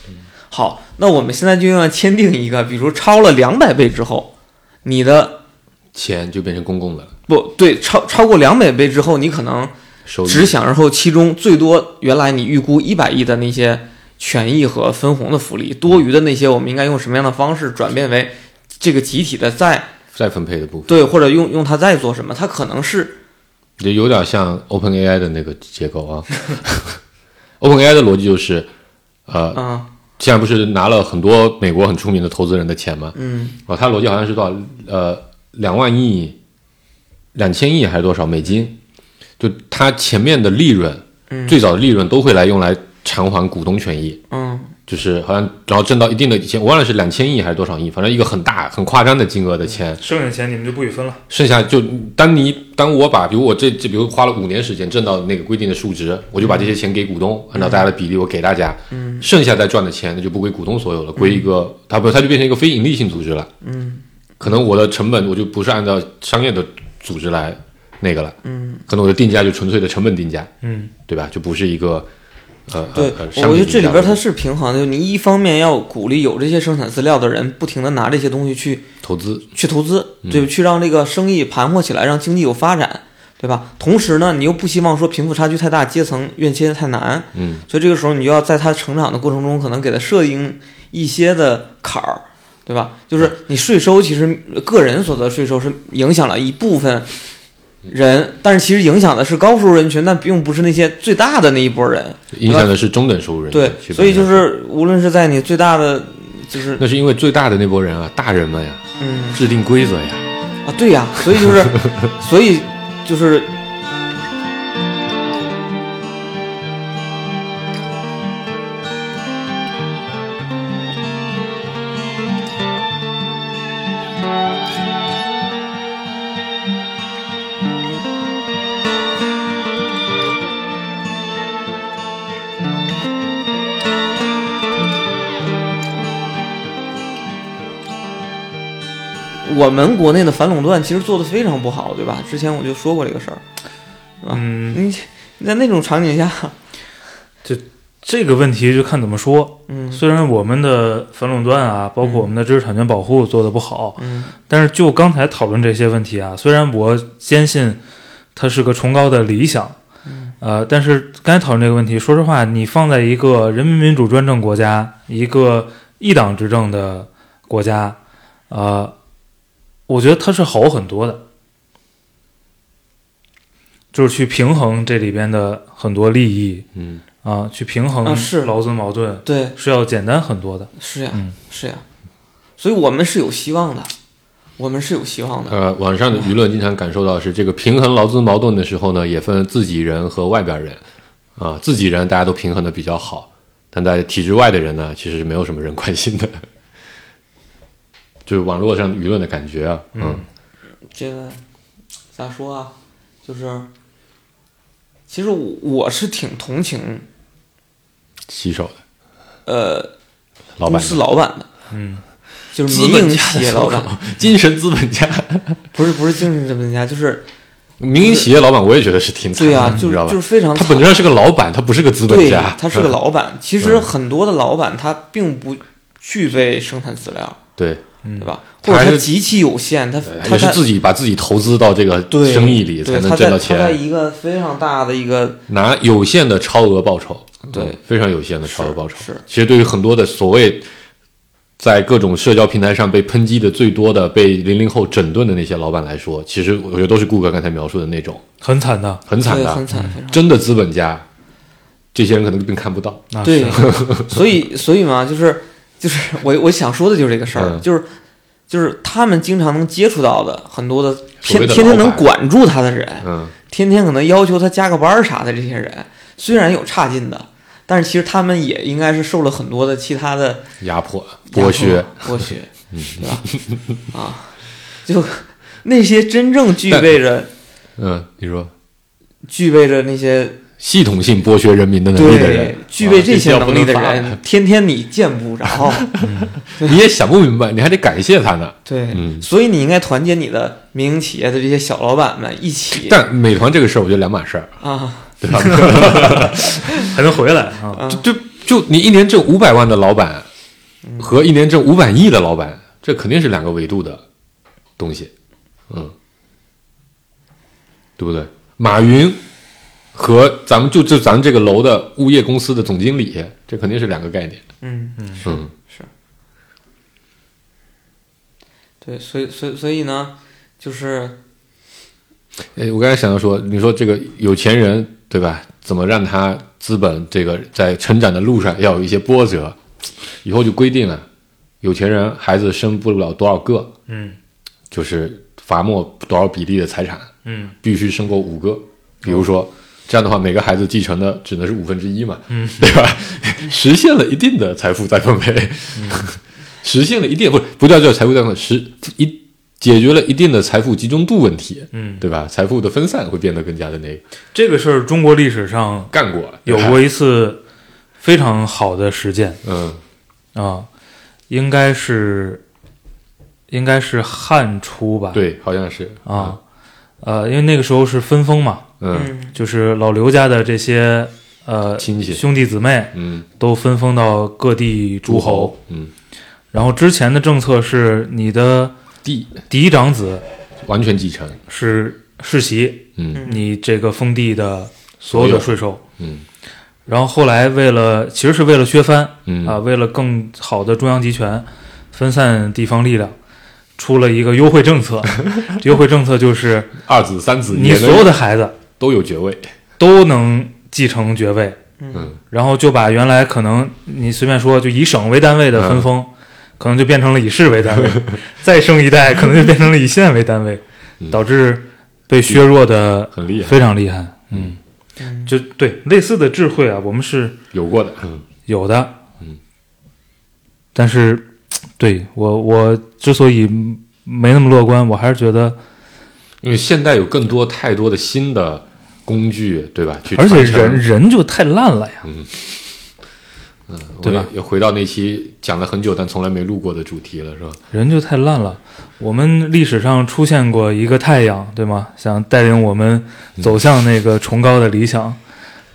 [SPEAKER 2] 好，那我们现在就要签订一个，比如超了两百倍之后，你的
[SPEAKER 4] 钱就变成公共的了，
[SPEAKER 2] 不对，超超过两百倍之后，你可能
[SPEAKER 4] 收益
[SPEAKER 2] 只享受其中最多原来你预估一百亿的那些权益和分红的福利，多余的那些我们应该用什么样的方式转变为这个集体的再
[SPEAKER 4] 再分配的部分，
[SPEAKER 2] 对，或者用用它再做什么？它可能是
[SPEAKER 4] 就有点像 OpenAI 的那个结构啊。OpenAI 的逻辑就是，呃，
[SPEAKER 2] 啊，
[SPEAKER 4] 现在不是拿了很多美国很出名的投资人的钱吗？
[SPEAKER 2] 嗯
[SPEAKER 4] 哦，它逻辑好像是多少？呃，两万亿、两千亿还是多少美金？就它前面的利润，
[SPEAKER 2] 嗯
[SPEAKER 4] 最早的利润都会来用来偿还股东权益。
[SPEAKER 2] 嗯
[SPEAKER 4] 就是好像然后挣到一定的钱，我忘了是两千亿还是多少亿，反正一个很大很夸张的金额的钱，
[SPEAKER 3] 剩下的钱你们就不许分了。
[SPEAKER 4] 剩下就当你当我把比如我这这比如花了五年时间挣到那个规定的数值，我就把这些钱给股东，按照大家的比例我给大家，
[SPEAKER 2] 嗯
[SPEAKER 4] 剩下再赚的钱那就不归股东所有了，归一个它不它就变成一个非盈利性组织了，
[SPEAKER 2] 嗯
[SPEAKER 4] 可能我的成本我就不是按照商业的组织来那个了，
[SPEAKER 2] 嗯，
[SPEAKER 4] 可能我的定价就纯粹的成本定价，
[SPEAKER 3] 嗯，
[SPEAKER 4] 对吧？就不是一个呃
[SPEAKER 2] 对
[SPEAKER 4] 呃，呃商
[SPEAKER 2] 我觉得
[SPEAKER 4] 品
[SPEAKER 2] 这
[SPEAKER 4] 定
[SPEAKER 2] 里
[SPEAKER 4] 价
[SPEAKER 2] 边它
[SPEAKER 4] 的
[SPEAKER 2] 是平衡的，就你一方面要鼓励有这些生产资料的人不停的拿这些东西去
[SPEAKER 4] 投资
[SPEAKER 2] 去投资，对，
[SPEAKER 4] 嗯
[SPEAKER 2] 去让这个生意盘活起来，让经济有发展，对吧？同时呢，你又不希望说贫富差距太大，阶层跃迁太难，
[SPEAKER 4] 嗯，
[SPEAKER 2] 所以这个时候你就要在他成长的过程中，可能给他设定一些的坎儿，对吧？就是你税收其实个人所得税收是影响了一部分人，但是其实影响的是高收入人群，但并不是那些最大的那一波人，
[SPEAKER 4] 影响的是中等收入人群
[SPEAKER 2] 对，
[SPEAKER 4] 去，
[SPEAKER 2] 所以就
[SPEAKER 4] 分配
[SPEAKER 2] 是无论是在你最大的。就是
[SPEAKER 4] 那是因为最大的那波人啊，大人们呀，
[SPEAKER 2] 嗯
[SPEAKER 4] 制定规则呀。 *laughs*
[SPEAKER 2] 啊，对呀、所以就是，所以就是我们国内的反垄断其实做的非常不好，对吧？之前我就说过这个事儿，是吧？
[SPEAKER 3] 嗯，
[SPEAKER 2] 你你在那种场景
[SPEAKER 4] *laughs*
[SPEAKER 2] 下，
[SPEAKER 3] 这个问题就看怎么说。
[SPEAKER 2] 嗯
[SPEAKER 3] 虽然我们的反垄断啊，包
[SPEAKER 4] 嗯
[SPEAKER 3] 括我们的知识产权保护做得不好，
[SPEAKER 2] 嗯
[SPEAKER 3] 但是就刚才讨论这些问题啊，虽然我坚信它是个崇高的理想，呃，但是刚才讨论这个问题，说实话，你放在一个人民民主专政国家，一个一党执政的国家，呃，我觉得它是好很多的，就是去平衡这里边的很多利益
[SPEAKER 4] 嗯，
[SPEAKER 3] 啊、去平衡
[SPEAKER 2] 啊是
[SPEAKER 3] 劳资矛盾，
[SPEAKER 2] 对，
[SPEAKER 3] 是要简单很多的。
[SPEAKER 2] 是呀，
[SPEAKER 3] 嗯
[SPEAKER 2] 是呀，所以我们是有希望的，我们是有希望的。
[SPEAKER 4] 呃，网上的舆论经常感受到是这个平衡劳资矛盾的时候呢，也分自己人和外边人啊、自己人大家都平衡的比较好，但在体制外的人呢，其实是没有什么人关心的， *laughs* 就是网络上舆论的感觉啊，嗯
[SPEAKER 2] 这个咋说啊？就是，其实我我是挺同情
[SPEAKER 4] 洗手的
[SPEAKER 2] 呃，
[SPEAKER 4] 老
[SPEAKER 2] 公
[SPEAKER 4] 板
[SPEAKER 2] 司老板的，
[SPEAKER 3] 嗯，
[SPEAKER 2] 就是
[SPEAKER 4] 资
[SPEAKER 2] 民
[SPEAKER 4] 本
[SPEAKER 2] 营
[SPEAKER 4] 家
[SPEAKER 2] 企
[SPEAKER 4] 的
[SPEAKER 2] 业
[SPEAKER 4] 老
[SPEAKER 2] 老板，
[SPEAKER 4] 板， *laughs* 精神资本家，
[SPEAKER 2] 不是不是精神资本家，就是
[SPEAKER 4] 民营企业老板，我也觉得是挺惨的，
[SPEAKER 2] 对呀，
[SPEAKER 4] 你
[SPEAKER 2] 就
[SPEAKER 4] 知道吧？
[SPEAKER 2] 就是非常
[SPEAKER 4] 他本质上是个老板，他不是个资本
[SPEAKER 2] 对
[SPEAKER 4] 家，，嗯
[SPEAKER 2] 他是个老板。其实很多的老板他并不具备生产资料，
[SPEAKER 4] *laughs* 对，
[SPEAKER 2] 对吧？
[SPEAKER 4] 嗯他
[SPEAKER 2] 或者
[SPEAKER 4] 还
[SPEAKER 2] 他
[SPEAKER 4] 是
[SPEAKER 2] 极其有限，他他
[SPEAKER 4] 也是
[SPEAKER 2] 在
[SPEAKER 4] 自己把自己投资到这个
[SPEAKER 2] 对
[SPEAKER 4] 生意里，
[SPEAKER 2] 对
[SPEAKER 4] 才能
[SPEAKER 2] 他在
[SPEAKER 4] 挣到
[SPEAKER 2] 他在
[SPEAKER 4] 钱，
[SPEAKER 2] 一个非常大的一个
[SPEAKER 4] 拿有限的超额报酬，
[SPEAKER 2] 对
[SPEAKER 4] 嗯非常有限的超额报酬。
[SPEAKER 2] 是是
[SPEAKER 4] 其实对于很多的所谓在各种社交平台上被抨击的最多的、被零零后整顿的那些老板来说，其实我觉得都是顾哥刚才描述的那种
[SPEAKER 3] 很惨的。
[SPEAKER 4] 很惨
[SPEAKER 2] 对
[SPEAKER 4] 的、嗯
[SPEAKER 2] 很惨，非常
[SPEAKER 4] 真的资本家，这些人可能并看不到。
[SPEAKER 3] 那啊是
[SPEAKER 2] 对，
[SPEAKER 4] 啊
[SPEAKER 2] 所以所以嘛，就是就是我我想说的就是这个事儿，
[SPEAKER 4] 嗯
[SPEAKER 2] 就是就是他们经常能接触到的很多的
[SPEAKER 4] 所
[SPEAKER 2] 天
[SPEAKER 4] 谓的
[SPEAKER 2] 天天
[SPEAKER 4] 老
[SPEAKER 2] 能
[SPEAKER 4] 板
[SPEAKER 2] 管住他的人，
[SPEAKER 4] 嗯，
[SPEAKER 2] 天天可能要求他加个班儿啥的这些人，虽然有差劲的，但是其实他们也应该是受了很多的其他的
[SPEAKER 4] 压迫、剥削。嗯
[SPEAKER 2] 剥削，对吧？啊，就那些真正具备着
[SPEAKER 4] 嗯，你说
[SPEAKER 2] 具备着那些
[SPEAKER 4] 系统性剥削人民的能力的
[SPEAKER 2] 对
[SPEAKER 4] 人，
[SPEAKER 2] 具备
[SPEAKER 4] 啊这
[SPEAKER 2] 些
[SPEAKER 4] 叫不
[SPEAKER 2] 能力的
[SPEAKER 4] 发
[SPEAKER 2] 人，天天你见不着，
[SPEAKER 4] *laughs* 你也想不明白，你还得感谢他
[SPEAKER 2] *laughs*
[SPEAKER 4] 呢。
[SPEAKER 2] 对，
[SPEAKER 4] 嗯
[SPEAKER 2] 所以你应该团结你的民营企业的这些小老板们一起
[SPEAKER 4] 但美团这个事儿，我觉得两码事儿，
[SPEAKER 2] 啊，
[SPEAKER 4] 对吧？
[SPEAKER 3] 还能回来啊？
[SPEAKER 2] 啊
[SPEAKER 4] 就就就你一年挣五百万的老板，和一年挣五百亿的老板，这肯定是两个维度的东西，嗯，对不对？马云和咱们就就咱们这个楼的物业公司的总经理，这肯定是两个概念，
[SPEAKER 2] 嗯，
[SPEAKER 4] 嗯
[SPEAKER 2] 对，所以所以所以呢，就是
[SPEAKER 4] 哎，我刚才想到说，你说这个有钱人对吧？怎么让他资本这个在成长的路上要有一些波折？以后就规定了，有钱人孩子生不了多少个，
[SPEAKER 3] 嗯
[SPEAKER 4] 就是罚没多少比例的财产，
[SPEAKER 3] 嗯
[SPEAKER 4] 必须生够五个。比如说，这样的话，每个孩子继承的只能是五分之一嘛，
[SPEAKER 3] 嗯
[SPEAKER 4] 对吧？ *laughs* 实现了一定的财富再分配，
[SPEAKER 3] 嗯
[SPEAKER 4] 实现了一定不是不叫叫财富再分配，实一解决了一定的财富集中度问题。
[SPEAKER 3] 嗯，
[SPEAKER 4] 对吧？财富的分散会变得更加的那个
[SPEAKER 3] 这个事儿中国历史上
[SPEAKER 4] 干过
[SPEAKER 3] 有，
[SPEAKER 4] 对吧
[SPEAKER 3] 过一次非常好的实践
[SPEAKER 4] 嗯
[SPEAKER 3] 啊，应该是应该是汉初吧？
[SPEAKER 4] 对，好像是，
[SPEAKER 3] 啊，呃，因为那个时候是分封嘛，
[SPEAKER 4] 嗯
[SPEAKER 2] 嗯
[SPEAKER 3] 就是老刘家的这些呃
[SPEAKER 4] 亲戚
[SPEAKER 3] 兄弟姊妹
[SPEAKER 4] 嗯，
[SPEAKER 3] 都分封到各地诸侯，，
[SPEAKER 4] 嗯，
[SPEAKER 3] 然后之前的政策是你的
[SPEAKER 4] 地
[SPEAKER 3] 嫡长子
[SPEAKER 4] 完全继承，
[SPEAKER 3] 是世袭
[SPEAKER 4] 嗯
[SPEAKER 3] 你这个封地的所有的税收。
[SPEAKER 4] 嗯
[SPEAKER 3] 然后后来为了，其实是为了削藩啊、
[SPEAKER 4] 嗯
[SPEAKER 3] 为了更好的中央集权，分散地方力量，出了一个优惠政策。这优惠政策就是
[SPEAKER 4] 二子三子，
[SPEAKER 3] 你所有的孩子
[SPEAKER 4] 都有爵位，
[SPEAKER 3] 都能继承爵位，
[SPEAKER 2] 嗯
[SPEAKER 4] 嗯
[SPEAKER 3] 然后就把原来可能你随便说就以省为单位的分
[SPEAKER 4] 嗯
[SPEAKER 3] 封，可能就变成了以市为
[SPEAKER 4] *laughs*
[SPEAKER 3] 单位，再生一代可能就变成了以县为单位，
[SPEAKER 4] 嗯
[SPEAKER 3] 导致被削弱的
[SPEAKER 4] 很厉害，
[SPEAKER 3] 非常厉害。嗯，
[SPEAKER 2] 嗯
[SPEAKER 3] 就对类似的智慧啊，我们是
[SPEAKER 4] 有过的，嗯
[SPEAKER 3] 有的，
[SPEAKER 4] 嗯，
[SPEAKER 3] 但是对我我之所以没那么乐观，我还是觉得，
[SPEAKER 4] 因为现在有更多太多的新的工具，对吧？去
[SPEAKER 3] 而且
[SPEAKER 4] 传承
[SPEAKER 3] 人人就太烂了呀，
[SPEAKER 4] 嗯嗯，
[SPEAKER 3] 对吧
[SPEAKER 4] 我也又回到那期讲了很久但从来没录过的主题了，是吧？
[SPEAKER 3] 人就太烂了。我们历史上出现过一个太阳，对吗？想带领我们
[SPEAKER 4] 嗯
[SPEAKER 3] 走向那个崇高的理想，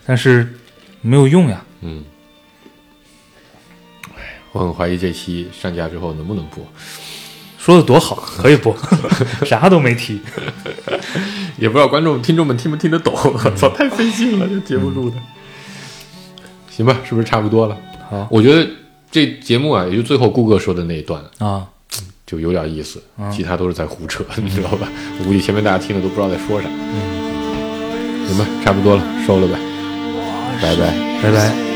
[SPEAKER 3] 但是没有用呀。
[SPEAKER 4] 嗯，哎，我很怀疑这期上架之后能不能播，
[SPEAKER 3] 说的多好，可以不？ *laughs* 啥都没提。
[SPEAKER 4] 也不知道观众听众们听不听得懂。我操，太费劲了，这节目录的。行吧，是不是差不多了？
[SPEAKER 3] 好
[SPEAKER 4] 我觉得这节目啊，也就最后顾哥说的那一段
[SPEAKER 3] 啊，
[SPEAKER 4] 就有点意思，其他都是在胡扯，你知道吧？我估计前面大家听的都不知道在说啥。行吧，差不多了，收了吧，拜拜。
[SPEAKER 3] 拜拜。